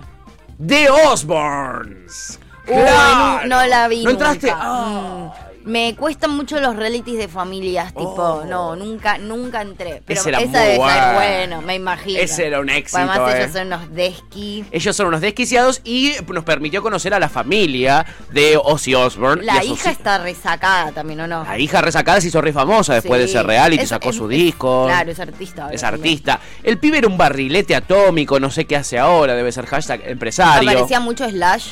Speaker 2: The Osborns.
Speaker 3: Uy,
Speaker 2: ¡Claro!
Speaker 3: no, no la vi.
Speaker 2: ¿No entraste?
Speaker 3: nunca.
Speaker 2: Ah.
Speaker 3: Mm. Me cuestan mucho los realities de familias, tipo,
Speaker 2: Oh.
Speaker 3: no, nunca, nunca entré. Pero
Speaker 2: Ese era
Speaker 3: esa
Speaker 2: muy
Speaker 3: debe ser
Speaker 2: bueno.
Speaker 3: bueno, me imagino.
Speaker 2: Ese era un éxito,
Speaker 3: Además,
Speaker 2: eh.
Speaker 3: ellos son unos desquis.
Speaker 2: Ellos son unos desquiciados y nos permitió conocer a la familia de Ozzy Osbourne. y a
Speaker 3: La
Speaker 2: sus-
Speaker 3: hija está resacada también, ¿o no?
Speaker 2: La hija resacada se hizo re famosa después
Speaker 3: Sí.
Speaker 2: de ese reality,
Speaker 3: Es-
Speaker 2: sacó
Speaker 3: es-
Speaker 2: su
Speaker 3: es-
Speaker 2: disco.
Speaker 3: Claro, es artista. ahora
Speaker 2: Es
Speaker 3: también.
Speaker 2: artista. El pibe era un barrilete atómico, no sé qué hace ahora, debe ser hashtag empresario.
Speaker 3: Aparecía mucho Slash.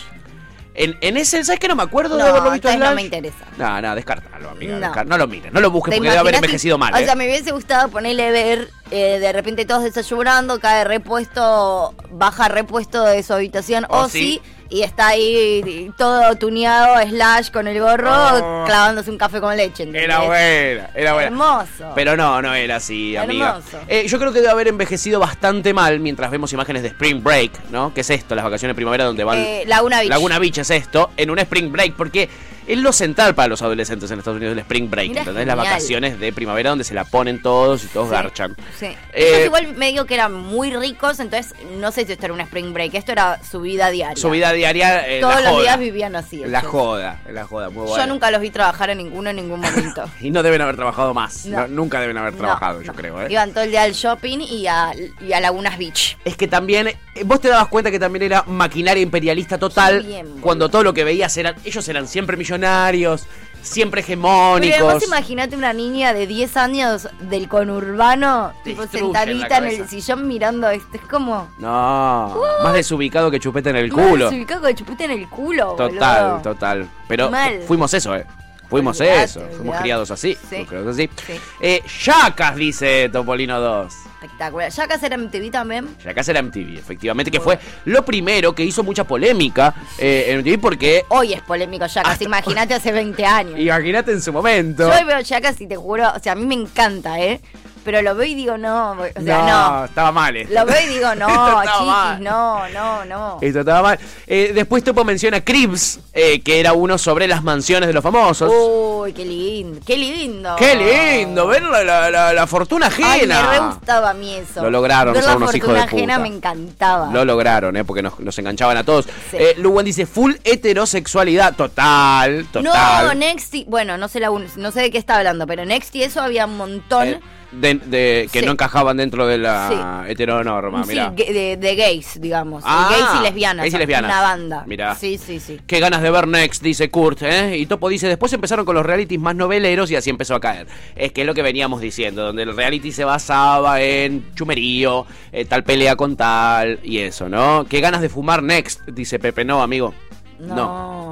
Speaker 2: En, en ese, ¿sabes que no me acuerdo
Speaker 3: No,
Speaker 2: de haberlo visto
Speaker 3: entonces no
Speaker 2: Slash?
Speaker 3: me interesa.
Speaker 2: No, no, descartalo, amiga.
Speaker 3: No.
Speaker 2: descar- No, lo mires, no lo busques
Speaker 3: ¿Te
Speaker 2: porque debe haber
Speaker 3: imaginas si-
Speaker 2: envejecido mal.
Speaker 3: O
Speaker 2: ¿eh?
Speaker 3: sea, me hubiese gustado ponerle ver eh, de repente todos desayunando, cae repuesto, baja repuesto de su habitación,
Speaker 2: Oh,
Speaker 3: o sí.
Speaker 2: sí.
Speaker 3: Y está ahí todo tuneado, slash, con el gorro,
Speaker 2: Oh.
Speaker 3: clavándose un café con leche. ¿entendés?
Speaker 2: Era buena, era buena.
Speaker 3: Hermoso.
Speaker 2: Pero no, no era así, amiga.
Speaker 3: Hermoso.
Speaker 2: Eh, yo creo que debe haber envejecido bastante mal mientras vemos imágenes de Spring Break, ¿no? ¿Qué es esto? Las vacaciones de primavera donde van...
Speaker 3: Eh, Laguna Beach.
Speaker 2: Laguna Beach es esto, en un Spring Break, porque es lo central para los adolescentes en Estados Unidos el Spring Break,
Speaker 3: Mira,
Speaker 2: ¿entendés? Las
Speaker 3: genial.
Speaker 2: vacaciones de primavera donde se la ponen todos y todos
Speaker 3: Sí,
Speaker 2: garchan.
Speaker 3: Sí.
Speaker 2: Eh,
Speaker 3: Ellos igual me digo que eran muy ricos, entonces no sé si esto era un spring break, esto era su vida diaria.
Speaker 2: Su vida diaria... eh,
Speaker 3: Todos
Speaker 2: la
Speaker 3: los
Speaker 2: joda.
Speaker 3: días vivían así.
Speaker 2: La
Speaker 3: ellos.
Speaker 2: joda, la joda, muy
Speaker 3: Yo
Speaker 2: buena.
Speaker 3: nunca los vi trabajar en ninguno en ningún momento.
Speaker 2: Y no deben haber trabajado más.
Speaker 3: No.
Speaker 2: No, nunca deben haber
Speaker 3: No,
Speaker 2: trabajado, yo
Speaker 3: no.
Speaker 2: creo, ¿eh?
Speaker 3: Iban todo el día al shopping y a, y a Lagunas Beach.
Speaker 2: Es que también, eh, vos te dabas cuenta que también era maquinaria imperialista total,
Speaker 3: Sí, bien, boludo.
Speaker 2: cuando todo lo que veías eran, ellos eran siempre millonarios, siempre
Speaker 3: Pero además
Speaker 2: hegemónicos.
Speaker 3: imagínate una niña de 10 años del conurbano,
Speaker 2: Te
Speaker 3: tipo
Speaker 2: destruyen la
Speaker 3: sentadita en
Speaker 2: cabeza.
Speaker 3: el sillón mirando esto. Es como...
Speaker 2: no, más desubicado que chupete en el
Speaker 3: Uh. Más
Speaker 2: culo.
Speaker 3: desubicado que chupete en el culo,
Speaker 2: Total,
Speaker 3: boludo.
Speaker 2: total. Pero
Speaker 3: Mal.
Speaker 2: fuimos eso, ¿eh? Fuimos
Speaker 3: Olvidate,
Speaker 2: eso, fuimos
Speaker 3: olvidate.
Speaker 2: criados así.
Speaker 3: Sí.
Speaker 2: fuimos criados así.
Speaker 3: Sí.
Speaker 2: Eh, Yacas, dice Topolino 2.
Speaker 3: Espectacular. Ya acá será MTV también.
Speaker 2: Yacas era MTV, efectivamente, que fue lo primero que hizo mucha polémica eh, en MTV porque...
Speaker 3: Hoy es polémico Yacas,
Speaker 2: Hasta-
Speaker 3: imagínate hace 20 años.
Speaker 2: Imagínate en su momento.
Speaker 3: Yo hoy veo Yacas y te juro, o sea, a mí me encanta, ¿eh? Pero lo veo y digo no, o sea, no.
Speaker 2: estaba mal. esto.
Speaker 3: Lo veo y digo no,
Speaker 2: Esto estaba
Speaker 3: chiquis,
Speaker 2: mal.
Speaker 3: no, no, no.
Speaker 2: Esto estaba mal. Eh, después Topo menciona Cribs, eh, que era uno sobre las mansiones de los famosos.
Speaker 3: Uy, qué lindo, qué lindo.
Speaker 2: ¡Qué lindo! Ver la, la- la- la fortuna
Speaker 3: Ay,
Speaker 2: ajena.
Speaker 3: me re gustaba a mí eso.
Speaker 2: Lo lograron,
Speaker 3: Ver
Speaker 2: son
Speaker 3: la
Speaker 2: unos hijos
Speaker 3: fortuna
Speaker 2: de puta.
Speaker 3: ajena me encantaba.
Speaker 2: Lo lograron, eh, porque nos, nos enganchaban a todos.
Speaker 3: Sí.
Speaker 2: Eh, Luwan dice, full heterosexualidad. Total,
Speaker 3: no,
Speaker 2: total.
Speaker 3: Nexty, bueno, no sé, la un- no sé de qué está hablando, pero Nexty eso había un montón
Speaker 2: Eh, de, de- que
Speaker 3: Sí.
Speaker 2: no encajaban dentro de la heteronorma,
Speaker 3: sí,
Speaker 2: mirá.
Speaker 3: ge- de, de gays, digamos.
Speaker 2: Ah,
Speaker 3: gays y lesbianas.
Speaker 2: gays y lesbianas.
Speaker 3: Una banda.
Speaker 2: Mirá.
Speaker 3: Sí, sí, sí.
Speaker 2: Qué ganas de ver Next, dice Kurt, ¿eh? Y Topo dice, después empezaron con los realities más noveleros y así empezó a caer. Es que es lo que veníamos diciendo, donde el reality se basaba en chumerío, eh, tal pelea con tal y eso, ¿no? Qué ganas de fumar Next, dice Pepe, no, amigo.
Speaker 3: No,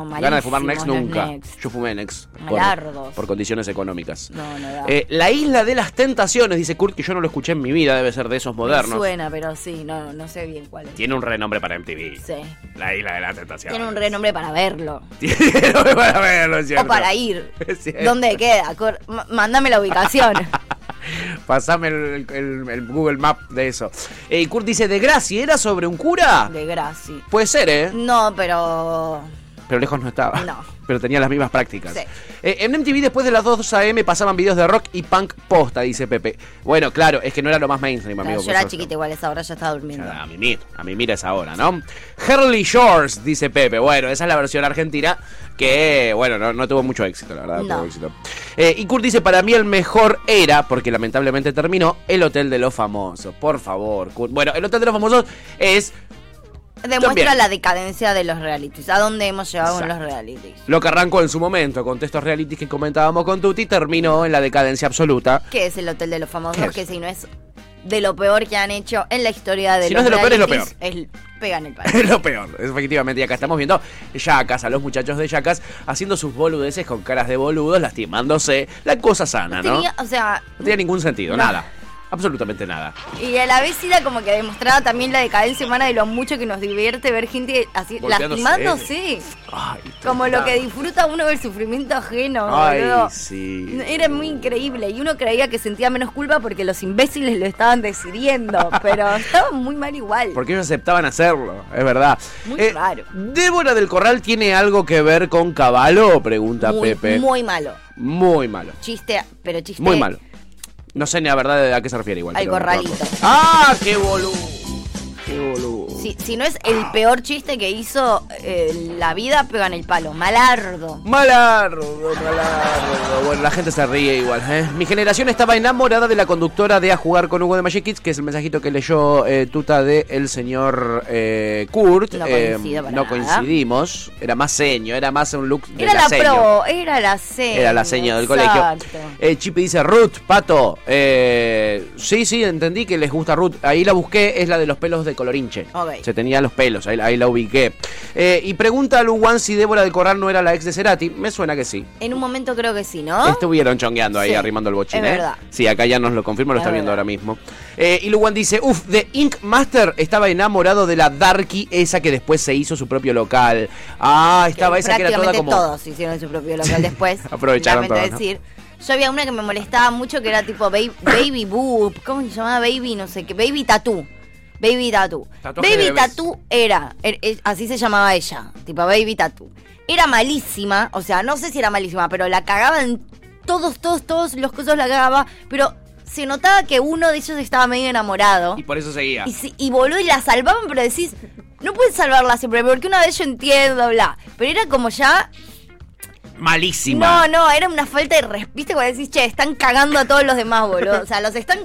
Speaker 2: No, ganas de fumar Next
Speaker 3: malísimos los
Speaker 2: nunca.
Speaker 3: Next.
Speaker 2: Yo fumé Next
Speaker 3: Malardos. Ah.
Speaker 2: por, por condiciones económicas.
Speaker 3: No, no da.
Speaker 2: Eh, la isla de las tentaciones, dice Kurt, que yo no lo escuché en mi vida, debe ser de esos
Speaker 3: Me
Speaker 2: modernos.
Speaker 3: Suena, pero sí, no, no sé bien cuál es.
Speaker 2: Tiene un renombre para MTV.
Speaker 3: Sí.
Speaker 2: La isla de las tentaciones.
Speaker 3: Tiene un renombre para verlo.
Speaker 2: Tiene un para verlo, es
Speaker 3: O
Speaker 2: cierto.
Speaker 3: para ir.
Speaker 2: Es cierto.
Speaker 3: ¿Dónde queda? Cor- ma- Mándame la ubicación.
Speaker 2: Pasame el, el- el Google Map de eso. Eh, Y Kurt dice, de Gracia, ¿era sobre un cura?
Speaker 3: de Graci.
Speaker 2: Puede ser, ¿eh?
Speaker 3: No, pero.
Speaker 2: Pero lejos no estaba.
Speaker 3: Mm. No.
Speaker 2: Pero tenía las mismas prácticas.
Speaker 3: Sí.
Speaker 2: Eh, en MTV después de las 2 AM pasaban videos de rock y punk posta, dice Pepe. Bueno, claro, es que no era lo más mainstream, amigo.
Speaker 3: yo era
Speaker 2: por supuesto.
Speaker 3: chiquita igual, esa hora ya estaba durmiendo.
Speaker 2: A mimir, a mimir es ahora, ¿no? Hurley Shores, dice Pepe. Bueno, esa es la versión argentina que, bueno, no, no tuvo mucho éxito, la verdad. no
Speaker 3: No.
Speaker 2: tuvo éxito. Eh, y Kurt dice, para mí el mejor era, porque lamentablemente terminó, el Hotel de los Famosos. Por favor, Kurt. Bueno, el Hotel de los Famosos es
Speaker 3: Demuestra
Speaker 2: También.
Speaker 3: la decadencia de los realities. ¿A dónde hemos llegado con los
Speaker 2: Exacto.
Speaker 3: realities?
Speaker 2: lo que arrancó en su momento con estos realities que comentábamos con Tuti, terminó en la decadencia absoluta.
Speaker 3: ¿Qué es el Hotel de los Famosos?
Speaker 2: ¿Qué es?
Speaker 3: Que si no es de lo peor que han hecho en la historia de
Speaker 2: Si no
Speaker 3: los
Speaker 2: es de lo peor, es lo
Speaker 3: realities, es- pegan el palo.
Speaker 2: Es lo peor, efectivamente. Y acá estamos viendo Yacas, a los muchachos de Yacas, haciendo sus boludeces con caras de boludos, lastimándose. La cosa sana, ¿no?
Speaker 3: Tenía, o sea,
Speaker 2: No tenía ningún sentido,
Speaker 3: No.
Speaker 2: nada. Absolutamente nada.
Speaker 3: y a la vez era como que demostraba también la decadencia humana de lo mucho que nos divierte ver gente así
Speaker 2: Volteándose.
Speaker 3: lastimándose.
Speaker 2: Ay,
Speaker 3: Como lo
Speaker 2: tanta-
Speaker 3: que disfruta uno del sufrimiento ajeno.
Speaker 2: Ay,
Speaker 3: boludo.
Speaker 2: sí.
Speaker 3: Era muy increíble y uno creía que sentía menos culpa porque los imbéciles lo estaban decidiendo, pero estaban muy mal igual.
Speaker 2: Porque ellos aceptaban hacerlo, es verdad. Eh,
Speaker 3: Muy raro.
Speaker 2: Débora del Corral tiene algo que ver con Caballo, pregunta
Speaker 3: muy,
Speaker 2: Pepe.
Speaker 3: muy malo.
Speaker 2: Muy malo.
Speaker 3: Chiste, pero chiste.
Speaker 2: Muy malo. No sé ni la verdad de a qué se refiere igual.
Speaker 3: Al
Speaker 2: pero-
Speaker 3: corralito.
Speaker 2: ¡Ah, qué boludo! ¡Qué boludo!
Speaker 3: si, si no es el peor chiste que hizo eh, la vida, pegan el palo. Malardo.
Speaker 2: Malardo, malardo. Bueno, la gente se ríe igual, ¿eh? Mi generación estaba enamorada de la conductora de A Jugar con Hugo de Magic Kids, que es el mensajito que leyó eh, Tuta de el señor eh, Kurt.
Speaker 3: No coincido para
Speaker 2: no
Speaker 3: nada.
Speaker 2: coincidimos. Era más seño, era más un look de
Speaker 3: Era la
Speaker 2: seño.
Speaker 3: pro, era la seña.
Speaker 2: Era la seña del colegio.
Speaker 3: exacto.
Speaker 2: Eh, Chipi dice, Ruth, Pato. eh, sí, sí, entendí que les gusta Ruth. Ahí la busqué, es la de los pelos de colorinche.
Speaker 3: Ok.
Speaker 2: Se tenía los pelos, ahí, ahí la ubiqué. Eh, y pregunta a Luwan si Débora del Corral no era la ex de Cerati. Me suena que sí.
Speaker 3: En un momento creo que sí, ¿no?
Speaker 2: Estuvieron chongueando ahí,
Speaker 3: ¿Ah? Sí,
Speaker 2: arrimando el bochín.
Speaker 3: es
Speaker 2: ¿eh?
Speaker 3: verdad.
Speaker 2: Sí, acá ya nos lo confirma, lo
Speaker 3: Es
Speaker 2: está viendo
Speaker 3: verdad.
Speaker 2: ahora mismo. Eh, y Luwan dice, uff, The Ink Master estaba enamorado de la Darky, esa que después se hizo su propio local. Ah, estaba esa que era toda
Speaker 3: prácticamente
Speaker 2: como...
Speaker 3: todos hicieron su propio local después.
Speaker 2: Aprovecharon
Speaker 3: lamento
Speaker 2: todos, ¿no?
Speaker 3: decir. Yo había una que me molestaba mucho que era tipo Baby, baby Boop, ¿cómo se llamaba? Baby, no sé qué, Baby Tattoo. Baby Tattoo.
Speaker 2: Tatuaje de
Speaker 3: baby
Speaker 2: bebés.
Speaker 3: Tattoo era, er- er- así se llamaba ella, tipo Baby Tattoo. Era malísima, o sea, no sé si era malísima, pero la cagaban todos, todos, todos los cosas la cagaba, pero se notaba que uno de ellos estaba medio enamorado.
Speaker 2: Y por eso seguía.
Speaker 3: Y, si- y boludo, y la salvaban, pero decís, no puedes salvarla siempre, porque una vez yo entiendo, bla. Pero era como ya.
Speaker 2: Malísima.
Speaker 3: No, no, era una falta de respeto. ¿Viste cuando decís, che, están cagando a todos los demás, boludo? O sea, los están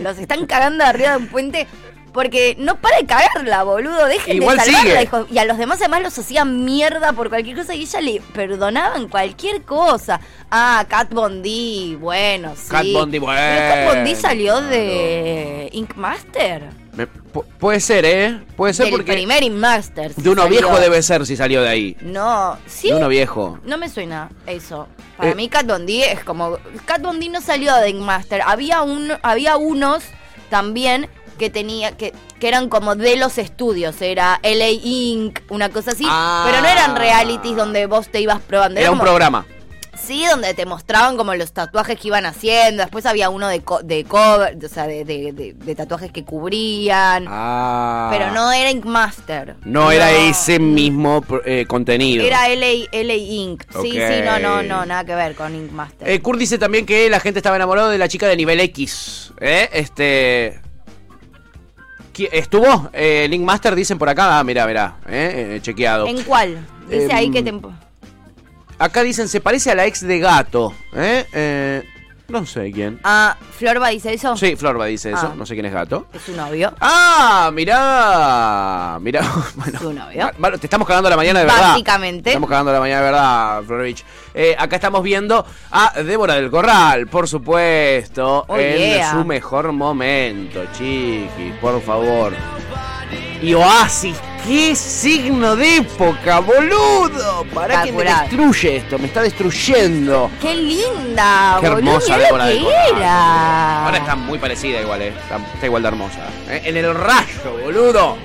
Speaker 3: los están cagando arriba de un puente. Porque no para de cagarla, boludo. Dejen
Speaker 2: Igual
Speaker 3: de salvarla,
Speaker 2: sigue.
Speaker 3: hijo. Y a los demás además los hacían mierda por cualquier cosa y ella le perdonaban cualquier cosa. Ah, Cat Bondi, bueno, sí.
Speaker 2: Kat Von D,
Speaker 3: Pero Cat Bondi
Speaker 2: bueno,
Speaker 3: salió de Ink Master.
Speaker 2: Me- pu- puede ser, ¿eh? Puede ser
Speaker 3: Del
Speaker 2: porque.
Speaker 3: primer Inmaster.
Speaker 2: De uno viejo debe ser si salió de ahí.
Speaker 3: No, sí.
Speaker 2: De uno viejo.
Speaker 3: No me suena eso. Para
Speaker 2: Eh.
Speaker 3: mí Cat Bondi es como... Cat Bondi no salió de Master. Había, un, había unos también que tenía que, que eran como de los estudios. Era LA Inc., una cosa así.
Speaker 2: Ah.
Speaker 3: Pero no eran realities donde vos te ibas probando.
Speaker 2: Era un
Speaker 3: como-
Speaker 2: programa.
Speaker 3: Sí, donde te mostraban como los tatuajes que iban haciendo. Después había uno de, co- de cover, o sea, de, de- de- de tatuajes que cubrían.
Speaker 2: Ah.
Speaker 3: Pero no era Ink Master.
Speaker 2: No era ese mismo pr- eh, contenido.
Speaker 3: Era LA, LA Inc.
Speaker 2: Ok.
Speaker 3: Sí, sí, no, no, no, nada que ver con Ink Master.
Speaker 2: Eh, Kurt dice también que la gente estaba enamorada de la chica de nivel X. ¿Eh? Este. ¿Qui- ¿Estuvo? Eh, Link Master dicen por acá. Ah, mira, mira. Eh, eh, chequeado.
Speaker 3: ¿En cuál? Dice
Speaker 2: Em,
Speaker 3: ahí que te... empo-
Speaker 2: Acá dicen, se parece a la ex de gato. ¿Eh? Eh, no sé quién.
Speaker 3: Ah, Florba dice eso.
Speaker 2: Sí, Florba dice eso.
Speaker 3: Ah.
Speaker 2: No sé quién es gato.
Speaker 3: Es su novio.
Speaker 2: Ah, mirá, mirá. Bueno,
Speaker 3: Su novio.
Speaker 2: Bueno, te estamos cagando la mañana de verdad.
Speaker 3: Básicamente.
Speaker 2: Te estamos cagando la mañana de verdad, Florovich. Eh, acá estamos viendo a Débora del Corral, por supuesto,
Speaker 3: Oh,
Speaker 2: en
Speaker 3: yeah.
Speaker 2: su mejor momento, chiquis, por favor. Y Oasis, qué signo de época, boludo. Para que me
Speaker 3: Espectacular.
Speaker 2: destruye esto, me está destruyendo.
Speaker 3: ¡Qué linda!
Speaker 2: Qué
Speaker 3: boludo,
Speaker 2: hermosa
Speaker 3: mirá
Speaker 2: Débora
Speaker 3: lo
Speaker 2: del
Speaker 3: que
Speaker 2: Corral.
Speaker 3: era.
Speaker 2: Ahora está muy parecida igual, eh. Está, está igual de hermosa. eh. En el rayo, boludo.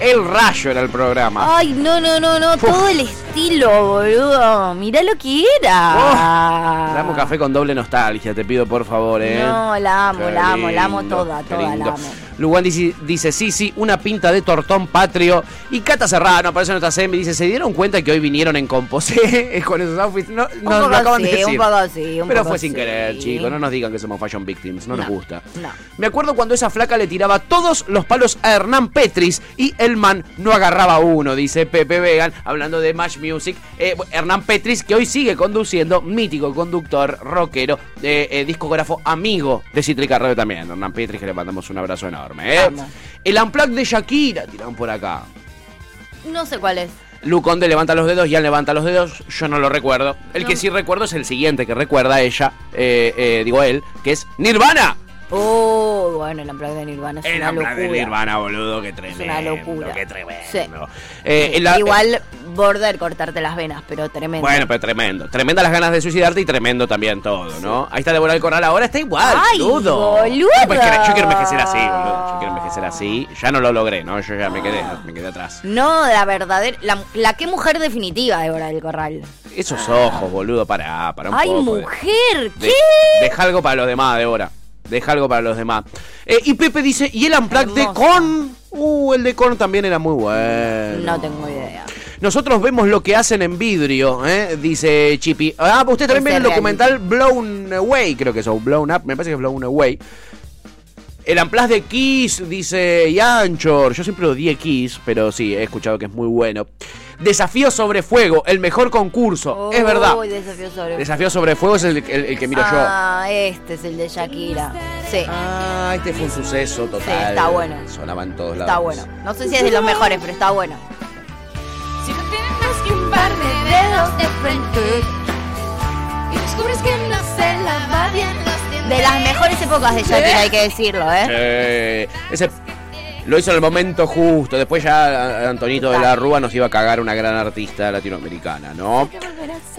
Speaker 2: El rayo era el programa.
Speaker 3: Ay, no, no, no, no. Todo el estilo, boludo. Mirá lo que era.
Speaker 2: Oh, Dame un café con doble nostalgia, te pido por favor, eh.
Speaker 3: Ah. No, la amo,
Speaker 2: Qué
Speaker 3: la amo, la amo
Speaker 2: lindo,
Speaker 3: toda,
Speaker 2: qué
Speaker 3: toda la
Speaker 2: lindo.
Speaker 3: amo.
Speaker 2: Luan dice, dice, sí, sí, una pinta de tortón patrio. Y Cata Serrano aparece en nuestra semi y dice, ¿se dieron cuenta que hoy vinieron en Composé con esos outfits? No,
Speaker 3: Un
Speaker 2: no,
Speaker 3: poco
Speaker 2: lo acaban de
Speaker 3: sí,
Speaker 2: decir.
Speaker 3: un poco sí, un
Speaker 2: Pero
Speaker 3: poco
Speaker 2: fue sin
Speaker 3: sí.
Speaker 2: querer, chicos. No nos digan que somos fashion victims. No, nos
Speaker 3: No,
Speaker 2: gusta.
Speaker 3: no.
Speaker 2: Me acuerdo cuando esa flaca le tiraba todos los palos a Hernán Petris y el man no agarraba uno, dice Pepe Vegan, hablando de Match Music. Eh, bu- Hernán Petris, que hoy sigue conduciendo, mítico conductor, rockero, eh, eh, discógrafo, amigo de Cítrica Radio también. Hernán Petris, que le mandamos un abrazo enorme. ¿eh?
Speaker 3: Vamos.
Speaker 2: El unplug de Shakira, tiran por acá.
Speaker 3: No sé cuál es.
Speaker 2: Luconde levanta los dedos, Ian levanta los dedos, yo no lo recuerdo. El que
Speaker 3: No.
Speaker 2: sí recuerdo es el siguiente que recuerda ella, eh, eh, digo él, que es Nirvana.
Speaker 3: Oh, bueno, el unplugged de Nirvana es
Speaker 2: El
Speaker 3: una locura.
Speaker 2: habla de Nirvana, boludo, que tremendo.
Speaker 3: una locura.
Speaker 2: Qué tremendo.
Speaker 3: Sí.
Speaker 2: Eh, el-
Speaker 3: Igual border cortarte las venas, pero tremendo.
Speaker 2: Bueno, pero tremendo. Tremenda las ganas de suicidarte y tremendo también todo, ¿no? Ahí está Deborah del Corral ahora, está igual,
Speaker 3: Ay,
Speaker 2: boludo.
Speaker 3: boludo.
Speaker 2: No, pues, quiero- yo quiero envejecer así, boludo. Yo quiero envejecer así. Ya no lo logré, ¿no? Yo ya me quedé, me quedé atrás.
Speaker 3: No, la verdadera. La, la qué mujer definitiva, Débora del Corral.
Speaker 2: Esos ojos, boludo, para, para un
Speaker 3: Ay,
Speaker 2: poco. de-
Speaker 3: mujer,
Speaker 2: eh. De-
Speaker 3: ¿qué?
Speaker 2: Deja algo para los demás, Débora. Deja algo para los demás. Eh, y Pepe dice, ¿y el Amplac de
Speaker 3: Hermoso.
Speaker 2: Con? Uh, el de Con también era muy bueno.
Speaker 3: No tengo idea.
Speaker 2: Nosotros vemos lo que hacen en vidrio, ¿eh? dice Chippy. Ah, usted también
Speaker 3: Ese
Speaker 2: ve el
Speaker 3: reality.
Speaker 2: documental Blown Away, creo que es, o Blown Up, me parece que es Blown Away. El Amplas de Kiss, dice y Anchor. Yo siempre odié Kiss, pero sí, he escuchado que es muy bueno. Desafío sobre fuego, el mejor concurso. es verdad.
Speaker 3: Uy, desafío sobre.
Speaker 2: Desafío sobre fuego es el, el- el que miro
Speaker 3: ah, este es el de Shakira. Sí,
Speaker 2: yo. Ah, este fue un suceso total.
Speaker 3: Sí, está bueno.
Speaker 2: Sonaba en todos lados.
Speaker 3: está bueno. No sé si es de los mejores, pero está bueno.
Speaker 5: Si no tienes más que un par de dedos de frente y descubres que no se lava bien los dientes.
Speaker 3: De las mejores épocas de Shakira, hay que decirlo, ¿eh?
Speaker 2: Eh, ese lo hizo en el momento justo. Después ya a- Antonito de la Rúa nos iba a cagar una gran artista latinoamericana, ¿no?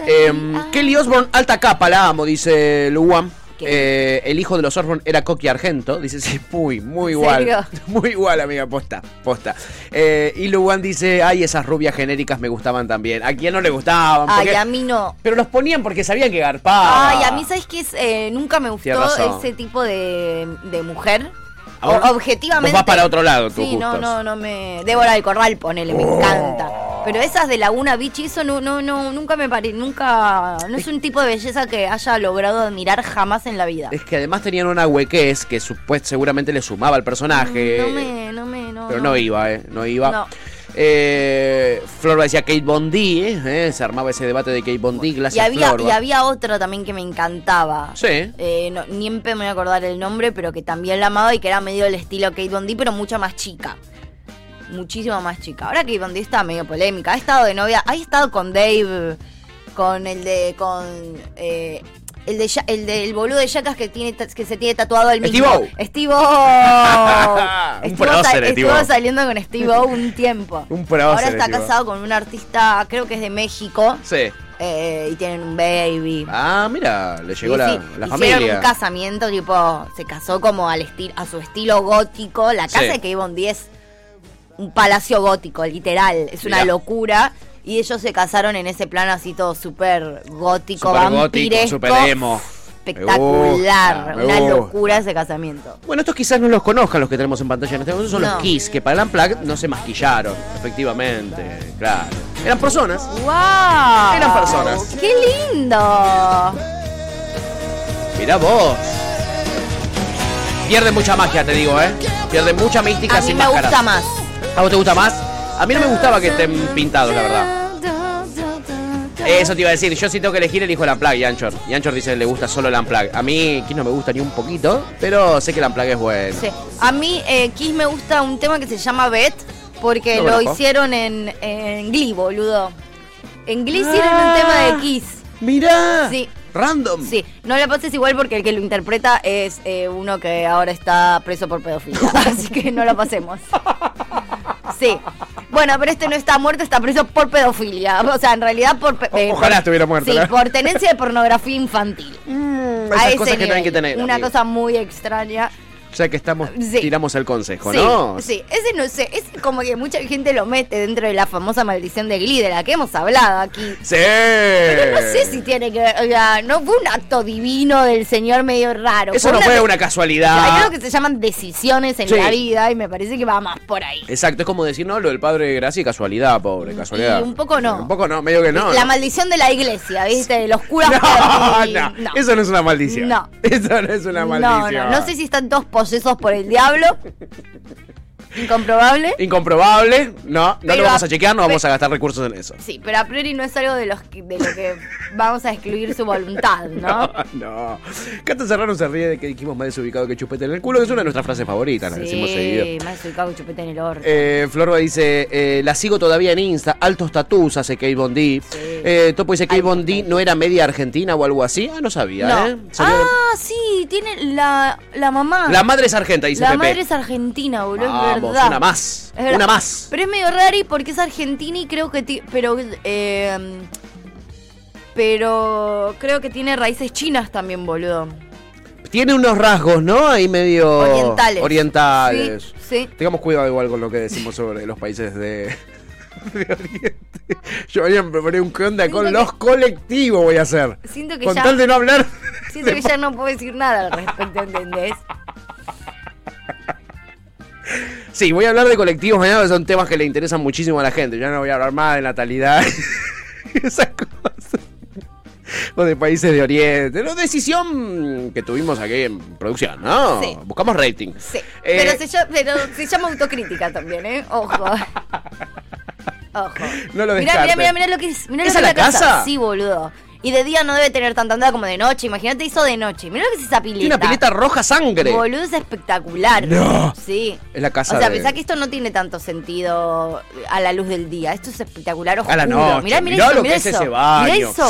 Speaker 2: Em, Kelly Osborne, alta capa, la amo, dice Luan. Eh, el hijo de los Osborne era Coqui Argento. Dice, sí, muy, muy
Speaker 3: ¿En
Speaker 2: igual.
Speaker 3: serio?
Speaker 2: Muy igual, amiga, posta, posta. Eh, y Luan dice, ay, esas rubias genéricas me gustaban también. ¿A quién no le gustaban?
Speaker 3: Ay,
Speaker 2: Porque-
Speaker 3: a mí no.
Speaker 2: Pero los ponían porque sabían que garpaba.
Speaker 3: Ay, a mí, ¿sabes qué? es? Eh, nunca me gustó
Speaker 2: Ah. Tienes razón.
Speaker 3: ese tipo de, de mujer.
Speaker 2: ¿A
Speaker 3: O-
Speaker 2: vos-
Speaker 3: objetivamente.
Speaker 2: vos vas para otro lado, tus
Speaker 3: Sí, no,
Speaker 2: gustos.
Speaker 3: no, no me. Débora del Corral, ponele, me encanta.
Speaker 2: Oh.
Speaker 3: Pero esas de Laguna Beach, eso no, no, no, nunca me paré, nunca. No es un tipo de belleza que haya logrado admirar jamás en la vida.
Speaker 2: Es que además tenían una huequez que supuest seguramente le sumaba al personaje.
Speaker 3: Mm, No me, no me, no.
Speaker 2: pero no iba, ¿eh? No iba.
Speaker 3: No.
Speaker 2: Eh, Florba decía Kate Bondi, ¿eh? Se armaba ese debate de Kate Bondi,
Speaker 3: Y
Speaker 2: gracias
Speaker 3: había,
Speaker 2: Florba.
Speaker 3: y había otra también que me encantaba.
Speaker 2: Sí.
Speaker 3: Eh, no, ni en pe me voy a acordar el nombre, pero que también la amaba y que era medio el estilo Kate Bondi, pero mucho más chica. Muchísimo más chica. Ahora Kate Bondi está medio polémica. Ha estado de novia, ha estado con Dave, con el de. con. eh, el de Ya- el del boludo de Yacas que tiene ta- que se tiene tatuado el mismo.
Speaker 2: Steve-O.
Speaker 3: Steve-O.
Speaker 2: Un
Speaker 3: Estuvo
Speaker 2: prócer,
Speaker 3: estuvo
Speaker 2: Steve-O.
Speaker 3: saliendo con Steve-O un tiempo.
Speaker 2: Un prócer,
Speaker 3: Ahora está
Speaker 2: Steve-O.
Speaker 3: casado con un artista, creo que es de México.
Speaker 2: Sí.
Speaker 3: Eh, y tienen un baby.
Speaker 2: Ah, mira, le llegó
Speaker 3: Y
Speaker 2: la,
Speaker 3: sí,
Speaker 2: la
Speaker 3: hicieron
Speaker 2: familia.
Speaker 3: un casamiento, tipo, se casó como al esti- a su estilo gótico. La casa
Speaker 2: Sí.
Speaker 3: de Kate Bondi es un palacio gótico, literal. Es una
Speaker 2: Mirá.
Speaker 3: locura. Y ellos se casaron en ese plan así todo súper gótico,
Speaker 2: Súper gótico,
Speaker 3: vampiresco.
Speaker 2: súper emo. Me gusta,
Speaker 3: Espectacular.
Speaker 2: me
Speaker 3: una
Speaker 2: gusta.
Speaker 3: locura ese casamiento.
Speaker 2: Bueno, estos quizás no los conozcan los que tenemos en pantalla en este momento. Son
Speaker 3: No.
Speaker 2: los Kiss, que para el Unplugged no se masquillaron, efectivamente. Claro. Eran personas.
Speaker 3: ¡Wow!
Speaker 2: Eran personas.
Speaker 3: ¡Qué lindo!
Speaker 2: Mirá vos. Pierde mucha magia, te digo, ¿eh? Pierde mucha mística
Speaker 3: A mí
Speaker 2: sin
Speaker 3: me
Speaker 2: máscaras.
Speaker 3: gusta más.
Speaker 2: ¿A vos te gusta más? A mí no me gustaba que estén pintados, la verdad. Eso te iba a decir. Yo si tengo que elegir, elijo el Unplug y Anchor. Y Anchor dice que le gusta solo el Unplug. A mí, que no me gusta ni un poquito, pero sé que el Unplug es bueno.
Speaker 3: Sí. A mí, eh, Kiss me gusta un tema que se llama Bet, porque
Speaker 2: Lo
Speaker 3: lo
Speaker 2: conozco.
Speaker 3: hicieron en, en Glee, boludo. En Glee hicieron un tema de Kiss.
Speaker 2: ¡Mirá!
Speaker 3: Sí.
Speaker 2: ¡Random!
Speaker 3: Sí, no la pases igual porque el que lo interpreta es eh, uno que ahora está preso por pedofilia. así que no la pasemos. Sí. Bueno, pero este no está muerto, está preso por pedofilia. O sea, en realidad por. pe- eh,
Speaker 2: ojalá
Speaker 3: por-
Speaker 2: estuviera muerto,
Speaker 3: Sí,
Speaker 2: ¿no? Mm,
Speaker 3: por tenencia de pornografía infantil.
Speaker 2: Esas
Speaker 3: A ese
Speaker 2: cosas que
Speaker 3: nivel.
Speaker 2: tienen que tener.
Speaker 3: Una
Speaker 2: amigo.
Speaker 3: cosa muy extraña.
Speaker 2: Ya que estamos,
Speaker 3: Sí.
Speaker 2: tiramos el consejo,
Speaker 3: Sí,
Speaker 2: ¿no?
Speaker 3: sí, ese no sé, ese como que mucha gente lo mete dentro de la famosa maldición de Glee, de la que hemos hablado aquí.
Speaker 2: Sí.
Speaker 3: Pero
Speaker 2: Eh.
Speaker 3: no sé si tiene que ver, o sea, no fue un acto divino del señor medio raro.
Speaker 2: Eso no fue una casualidad.
Speaker 3: Hay algo que se llaman decisiones en
Speaker 2: Sí. Eh,
Speaker 3: la vida y me parece que va más por ahí.
Speaker 2: Exacto, es como decir, no, lo del padre de Gracia, casualidad, pobre, casualidad.
Speaker 3: Mm, Y un poco no.
Speaker 2: Un poco no, medio que no.
Speaker 3: la
Speaker 2: ¿no?
Speaker 3: maldición de la iglesia, ¿viste? Los curas
Speaker 2: No,
Speaker 3: perdidos.
Speaker 2: no, eso no es una maldición.
Speaker 3: No.
Speaker 2: Eso no es una maldición.
Speaker 3: No, no, no sé si están todos posesos por el diablo. Incomprobable.
Speaker 2: Incomprobable, no, no
Speaker 3: Pero
Speaker 2: lo vamos
Speaker 3: a-
Speaker 2: a chequear, no
Speaker 3: pe-
Speaker 2: vamos a gastar recursos en eso.
Speaker 3: Sí, pero a priori no es algo de, los, que- de lo que vamos a excluir su voluntad, ¿no?
Speaker 2: no. Cata Serrano se ríe de que dijimos más desubicado que chupete en el culo, que es una de nuestras frases favoritas, la decimos seguido.
Speaker 3: sí, más soy cago chupete en el orto.
Speaker 2: Eh, Florba dice, eh, la sigo todavía en Insta, altos tatús hace Kate Bondi. Eh, Topo dice, Kate Bondi no era media argentina o algo así. Ah, no sabía,
Speaker 3: no.
Speaker 2: ¿eh? Salió-
Speaker 3: Ah, sí, tiene la, la mamá.
Speaker 2: La madre es argenta, dice
Speaker 3: Ah. La
Speaker 2: Pepe.
Speaker 3: madre es argentina, boludo, es
Speaker 2: Vamos,
Speaker 3: verdad.
Speaker 2: una más,
Speaker 3: Es verdad.
Speaker 2: una más.
Speaker 3: Pero es medio raro y porque es argentina y creo que... ti- Pero... eh, pero creo que tiene raíces chinas también, boludo.
Speaker 2: Tiene unos rasgos, ¿no? Ahí medio...
Speaker 3: Orientales.
Speaker 2: Orientales.
Speaker 3: Sí, sí.
Speaker 2: Tengamos cuidado igual con lo que decimos sobre los países de, de Oriente. Yo voy a poner un qué onda con
Speaker 3: Siento
Speaker 2: los colectivos, voy a hacer.
Speaker 3: Siento que
Speaker 2: con
Speaker 3: ya-
Speaker 2: tal de no hablar...
Speaker 3: Siento que ya no puedo decir nada al respecto, ¿entendés?
Speaker 2: Sí, voy a hablar de colectivos mañana, porque son temas que le interesan muchísimo a la gente. Ya no voy a hablar más de natalidad y esas cosas. o de países de Oriente. Una decisión que tuvimos aquí en producción, ¿no?
Speaker 3: Sí.
Speaker 2: Buscamos rating.
Speaker 3: Sí.
Speaker 2: Eh,
Speaker 3: Pero, se, llama- pero se llama autocrítica también, ¿eh? Ojo. Ojo.
Speaker 2: No lo
Speaker 3: Mirá, mirá,
Speaker 2: descarten.
Speaker 3: mirá, mirá lo que es. Mirá lo
Speaker 2: ¿Esa
Speaker 3: que
Speaker 2: la
Speaker 3: es la casa.
Speaker 2: casa?
Speaker 3: Sí, boludo. Y de día no debe tener tanta onda como de noche. Imagínate, hizo de noche. Mirá lo que es esa pileta.
Speaker 2: tiene una pileta roja sangre.
Speaker 3: Boludo, es espectacular.
Speaker 2: No.
Speaker 3: Sí.
Speaker 2: Es la casa
Speaker 3: O sea,
Speaker 2: de-
Speaker 3: pensá que esto no tiene tanto sentido a la luz del día. Esto es espectacular, ojo.
Speaker 2: A la noche.
Speaker 3: Mirá, mirá,
Speaker 2: Mirá
Speaker 3: eso,
Speaker 2: lo
Speaker 3: mirá
Speaker 2: que es
Speaker 3: eso.
Speaker 2: ese baño.
Speaker 3: Mirá eso.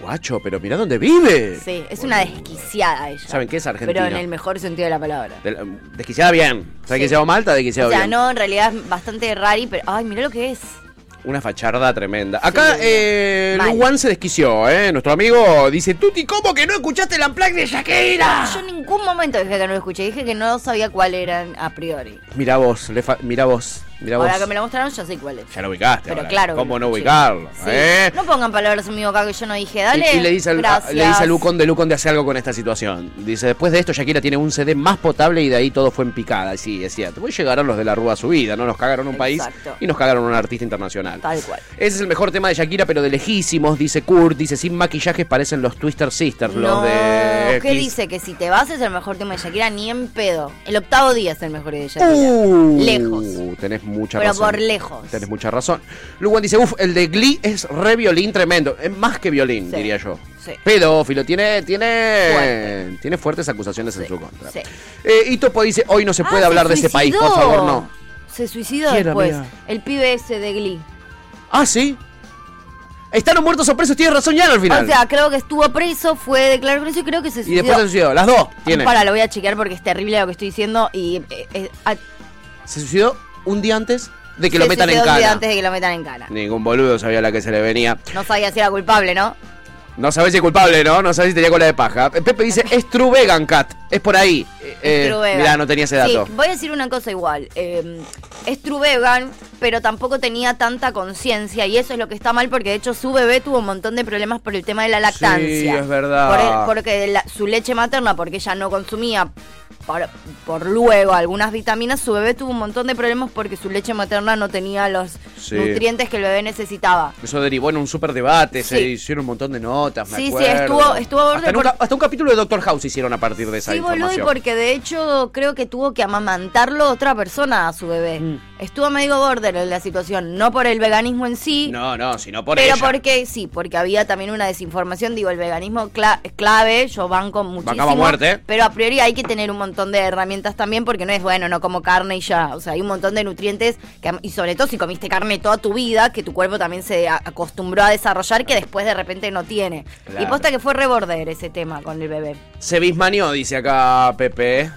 Speaker 2: Guacho, pero mirá dónde vive.
Speaker 3: Sí, es una desquiciada ella.
Speaker 2: ¿Saben qué es Argentina?
Speaker 3: Pero en el mejor sentido de la palabra.
Speaker 2: De la- Desquiciada bien. ¿Sabes
Speaker 3: Sí.
Speaker 2: que se llama Malta? Desquiciada
Speaker 3: O sea,
Speaker 2: bien.
Speaker 3: no, en realidad es bastante rari, pero. Ay, mirá lo que es.
Speaker 2: Una facharda tremenda. Acá
Speaker 3: Sí.
Speaker 2: eh,
Speaker 3: Mal.
Speaker 2: Luan se desquició, ¿eh? Nuestro amigo dice, Tuti, ¿cómo que no escuchaste la plaque de Shakira?
Speaker 3: Yo en ningún momento dije que no lo escuché, dije que no sabía cuál eran a priori.
Speaker 2: Mirá vos, le fa- mirá vos, mirá
Speaker 3: Ahora
Speaker 2: vos.
Speaker 3: que me lo mostraron, yo sé cuál es.
Speaker 2: Ya lo ubicaste.
Speaker 3: Pero
Speaker 2: ahora.
Speaker 3: claro. que
Speaker 2: ¿Cómo
Speaker 3: lo
Speaker 2: no
Speaker 3: escuché.
Speaker 2: ubicarlo?
Speaker 3: Sí.
Speaker 2: ¿eh?
Speaker 3: No pongan palabras en mi boca que yo no dije, dale.
Speaker 2: Y, y le dice al, a,
Speaker 3: gracias.
Speaker 2: le dice al Luconde, Luconde hace algo con esta situación. Dice, después de esto Shakira tiene un CD más potable y de ahí todo fue en picada. Sí, es cierto. Pues llegaron los de la Rúa a su vida, ¿no? Nos cagaron un país
Speaker 3: Exacto.
Speaker 2: y nos cagaron un artista internacional.
Speaker 3: Tal cual.
Speaker 2: Ese es el mejor tema de Shakira, pero de lejísimos, dice Kurt. Dice, sin maquillajes parecen los Twister Sisters,
Speaker 3: No,
Speaker 2: los de...
Speaker 3: ¿qué
Speaker 2: Kiss.
Speaker 3: dice? Que si te vas es el mejor tema de Shakira, ni en pedo. El octavo día es el mejor de Shakira.
Speaker 2: Uh,
Speaker 3: Lejos.
Speaker 2: Tenés mucha
Speaker 3: Pero
Speaker 2: razón.
Speaker 3: por lejos.
Speaker 2: Tenés mucha razón. Luwan dice, uff, el de Glee es re violín tremendo. Es más que violín,
Speaker 3: Sí,
Speaker 2: diría yo.
Speaker 3: sí.
Speaker 2: Pedófilo, tiene, tiene,
Speaker 3: Fuerte.
Speaker 2: tiene fuertes acusaciones en su contra.
Speaker 3: sí.
Speaker 2: Eh, y Topo dice, hoy no se puede
Speaker 3: Ah,
Speaker 2: hablar
Speaker 3: se
Speaker 2: de ese país, por
Speaker 3: suicidó.
Speaker 2: favor, no.
Speaker 3: Se suicidó
Speaker 2: ¿Quién,
Speaker 3: después.
Speaker 2: amiga?
Speaker 3: El pibe ese de Glee.
Speaker 2: Ah, sí. Están los muertos o presos, tienes razón ya al final.
Speaker 3: Ah, O sea, creo que estuvo preso, fue declarado preso y creo que se
Speaker 2: y
Speaker 3: suicidó.
Speaker 2: después se suicidó, las dos tienen.
Speaker 3: Para, lo voy a chequear porque es terrible lo que estoy diciendo y eh, eh, a-
Speaker 2: Se suicidó un día antes de que lo
Speaker 3: se
Speaker 2: metan en
Speaker 3: suicidó un día
Speaker 2: cana.
Speaker 3: antes de que lo metan en cana.
Speaker 2: Ningún boludo sabía la que se le venía.
Speaker 3: No sabía si era culpable, ¿no?
Speaker 2: No sabés si es culpable, ¿no? No sabés si tenía cola de paja. Pepe dice, es true vegan cat. Es por ahí. Eh, eh,
Speaker 3: True vegan.
Speaker 2: mirá, no tenía ese dato.
Speaker 3: Sí, voy a decir una cosa igual. eh, es true vegan, pero tampoco tenía tanta conciencia y eso es lo que está mal porque de hecho su bebé tuvo un montón de problemas por el tema de la lactancia.
Speaker 2: Sí, es verdad.
Speaker 3: Por el- porque la- su leche materna, porque ella no consumía por, por luego algunas vitaminas, su bebé tuvo un montón de problemas porque su leche materna no tenía los
Speaker 2: Sí.
Speaker 3: nutrientes que el bebé necesitaba.
Speaker 2: Eso derivó en un super debate, se
Speaker 3: Sí.
Speaker 2: hicieron un montón de notas, me
Speaker 3: Sí, sí,
Speaker 2: acuerdo.
Speaker 3: estuvo- estuvo a borde
Speaker 2: hasta, en un
Speaker 3: por-
Speaker 2: ca- hasta un capítulo de Doctor House hicieron a partir de esa
Speaker 3: Sí, boludo, y
Speaker 2: información.
Speaker 3: porque de hecho creo que tuvo que amamantarlo otra persona a su bebé.
Speaker 2: Mm.
Speaker 3: Estuvo medio border en la situación, no por el veganismo en sí,
Speaker 2: No, no, sino por
Speaker 3: pero
Speaker 2: ella.
Speaker 3: porque sí, porque había también una desinformación, digo, el veganismo cla- es clave, yo banco muchísimo.
Speaker 2: Bancaba muerte.
Speaker 3: Pero a priori hay que tener un montón de herramientas también porque no es bueno, no como carne y ya, o sea, hay un montón de nutrientes que, y sobre todo si comiste carne toda tu vida, que tu cuerpo también se a- acostumbró a desarrollar que después de repente no tiene. Y
Speaker 2: Claro.
Speaker 3: posta que fue reborder ese tema con el bebé.
Speaker 2: Se bismaneó, dice acá Pepe.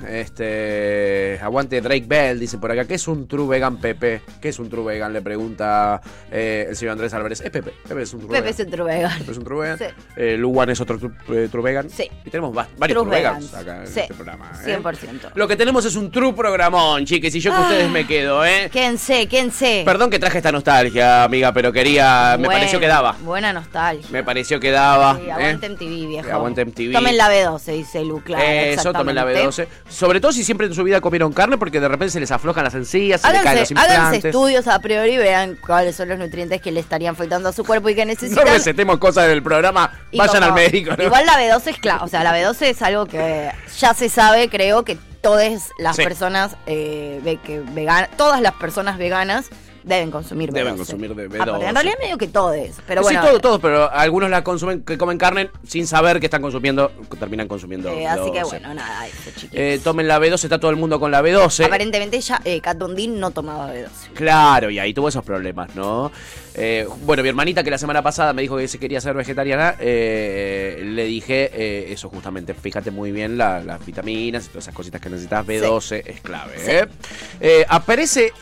Speaker 2: Este, aguante Drake Bell, dice por acá. ¿Qué es un true vegan, Pepe? ¿Qué es un true vegan? Le pregunta eh, el señor Andrés Álvarez. Es Pepe. Pepe es un true
Speaker 3: Pepe
Speaker 2: vegan.
Speaker 3: se vegan.
Speaker 2: Pepe es un true vegan.
Speaker 3: Sí.
Speaker 2: Eh, Luwan es otro tru- eh, true vegan.
Speaker 3: Sí.
Speaker 2: Y tenemos va- varios
Speaker 3: True
Speaker 2: true vegans,
Speaker 3: vegans.
Speaker 2: acá en
Speaker 3: Sí.
Speaker 2: este programa. ¿eh?
Speaker 3: 100%.
Speaker 2: Lo que tenemos es un true programón, chiques. Y yo que
Speaker 3: Ah.
Speaker 2: ustedes me quedo, ¿eh?
Speaker 3: Quédense, quédense.
Speaker 2: Perdón que traje esta nostalgia, amiga, pero quería. me
Speaker 3: Bueno,
Speaker 2: pareció que daba.
Speaker 3: Buena nostalgia.
Speaker 2: Me pareció que daba.
Speaker 3: Sí,
Speaker 2: ¿eh?
Speaker 3: aguante MTV, viejo.
Speaker 2: Aguante MTV.
Speaker 3: Tomen la B12, dice Lu, claro.
Speaker 2: Eso, tomen la
Speaker 3: exactamente.
Speaker 2: B12. Sobre todo si siempre en su vida comieron carne, porque de repente se les aflojan las encías, se les caen los
Speaker 3: Háganse, háganse
Speaker 2: implantes.
Speaker 3: estudios a priori y vean cuáles son los nutrientes que le estarían faltando a su cuerpo y que
Speaker 2: No
Speaker 3: necesitan.
Speaker 2: recetemos cosas del programa,
Speaker 3: Y
Speaker 2: vayan
Speaker 3: como-
Speaker 2: al médico. ¿no?
Speaker 3: Igual la B12 es claro, o sea, la B12 es algo que ya se sabe, creo que todas las
Speaker 2: Sí.
Speaker 3: personas eh, ve- que vegan- todas las personas veganas deben consumir B12.
Speaker 2: Deben consumir de B12.
Speaker 3: Aparte, en realidad medio que todes, pero bueno.
Speaker 2: sí, todos, todos, pero algunos la consumen, que comen carne sin saber que están consumiendo, terminan consumiendo.
Speaker 3: eh, así que
Speaker 2: B12.
Speaker 3: bueno, nada, eso, chiquillos.
Speaker 2: Eh, tomen la B12, está todo el mundo con la B12.
Speaker 3: Aparentemente ella, eh, Kat Von D no tomaba B12.
Speaker 2: Claro, y ahí tuvo esos problemas, ¿no? Eh, bueno, mi hermanita que la semana pasada me dijo que se quería ser vegetariana, eh, le dije eh, eso justamente, fíjate muy bien la- las vitaminas y todas esas cositas que necesitas, B12 es clave. ¿eh? Eh, aparece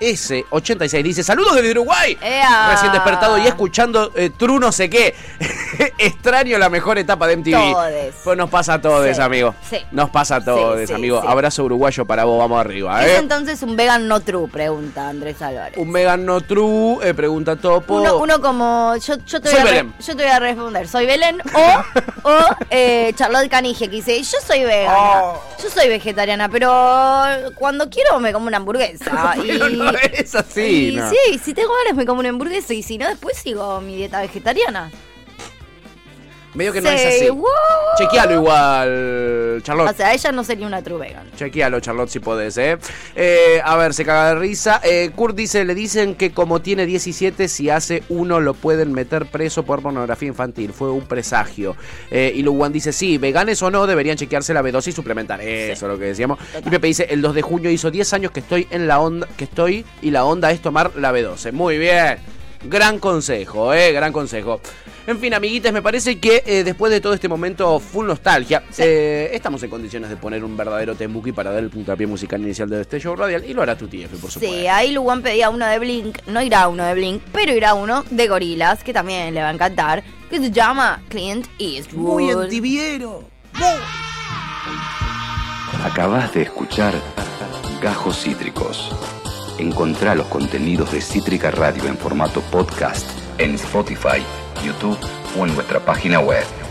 Speaker 2: MDS86, dice, saludos desde Uruguay.
Speaker 3: ¡Ea!
Speaker 2: Recién despertado y escuchando eh, True no sé qué. Extraño la mejor etapa de MTV.
Speaker 3: Todes.
Speaker 2: Pues nos pasa a todos,
Speaker 3: Sí,
Speaker 2: amigo.
Speaker 3: sí.
Speaker 2: Nos pasa a
Speaker 3: Sí,
Speaker 2: todos,
Speaker 3: sí,
Speaker 2: amigo.
Speaker 3: sí.
Speaker 2: Abrazo uruguayo para vos, vamos arriba.
Speaker 3: ¿Es
Speaker 2: ¿eh?
Speaker 3: entonces un vegan no true? Pregunta Andrés Álvarez.
Speaker 2: Un vegan no true, eh, pregunta Topo.
Speaker 3: Uno, uno como. Yo, yo te
Speaker 2: Soy
Speaker 3: voy a re-
Speaker 2: Belén.
Speaker 3: yo te voy a responder. Soy Belén o, o eh, Charlotte Canige, que dice: Yo soy vegana.
Speaker 2: Oh.
Speaker 3: Yo soy vegetariana, pero cuando quiero me como una hamburguesa.
Speaker 2: Pero
Speaker 3: y,
Speaker 2: no es así,
Speaker 3: y
Speaker 2: no.
Speaker 3: Sí, si tengo ganas me como una hamburguesa. Y si no, después sigo mi dieta vegetariana.
Speaker 2: Medio que no es
Speaker 3: Say
Speaker 2: así.
Speaker 3: what?
Speaker 2: Chequealo igual, Charlotte.
Speaker 3: O sea, ella no sería una true vegan.
Speaker 2: Chequealo, Charlotte, si podés, ¿eh? Eh, A ver, se caga de risa. Eh, Kurt dice, le dicen que como tiene 17, si hace uno lo pueden meter preso por pornografía infantil. Fue un presagio. Eh, y Luwan dice, sí, veganes o no, deberían chequearse la B12 y suplementar. Eso es lo que decíamos. Y Pepe dice, el 2 de junio hizo 10 años que estoy en la onda, que estoy, y la onda es tomar la B12. Muy bien. Gran consejo, eh, gran consejo. En fin, amiguitas, me parece que eh, después de todo este momento full nostalgia, eh, estamos en condiciones de poner un verdadero temuki para dar el puntapié musical inicial de este show radial y lo hará tu TF, por supuesto.
Speaker 3: Sí, ahí Luan pedía uno de Blink, no irá uno de Blink, pero irá uno de Gorilas, que también le va a encantar, que se llama Clint Eastwood.
Speaker 2: Muy antiviero.
Speaker 1: Acabas de escuchar Gajos Cítricos. Encontrá los contenidos de Cítrica Radio en formato podcast en Spotify, YouTube o en nuestra página web.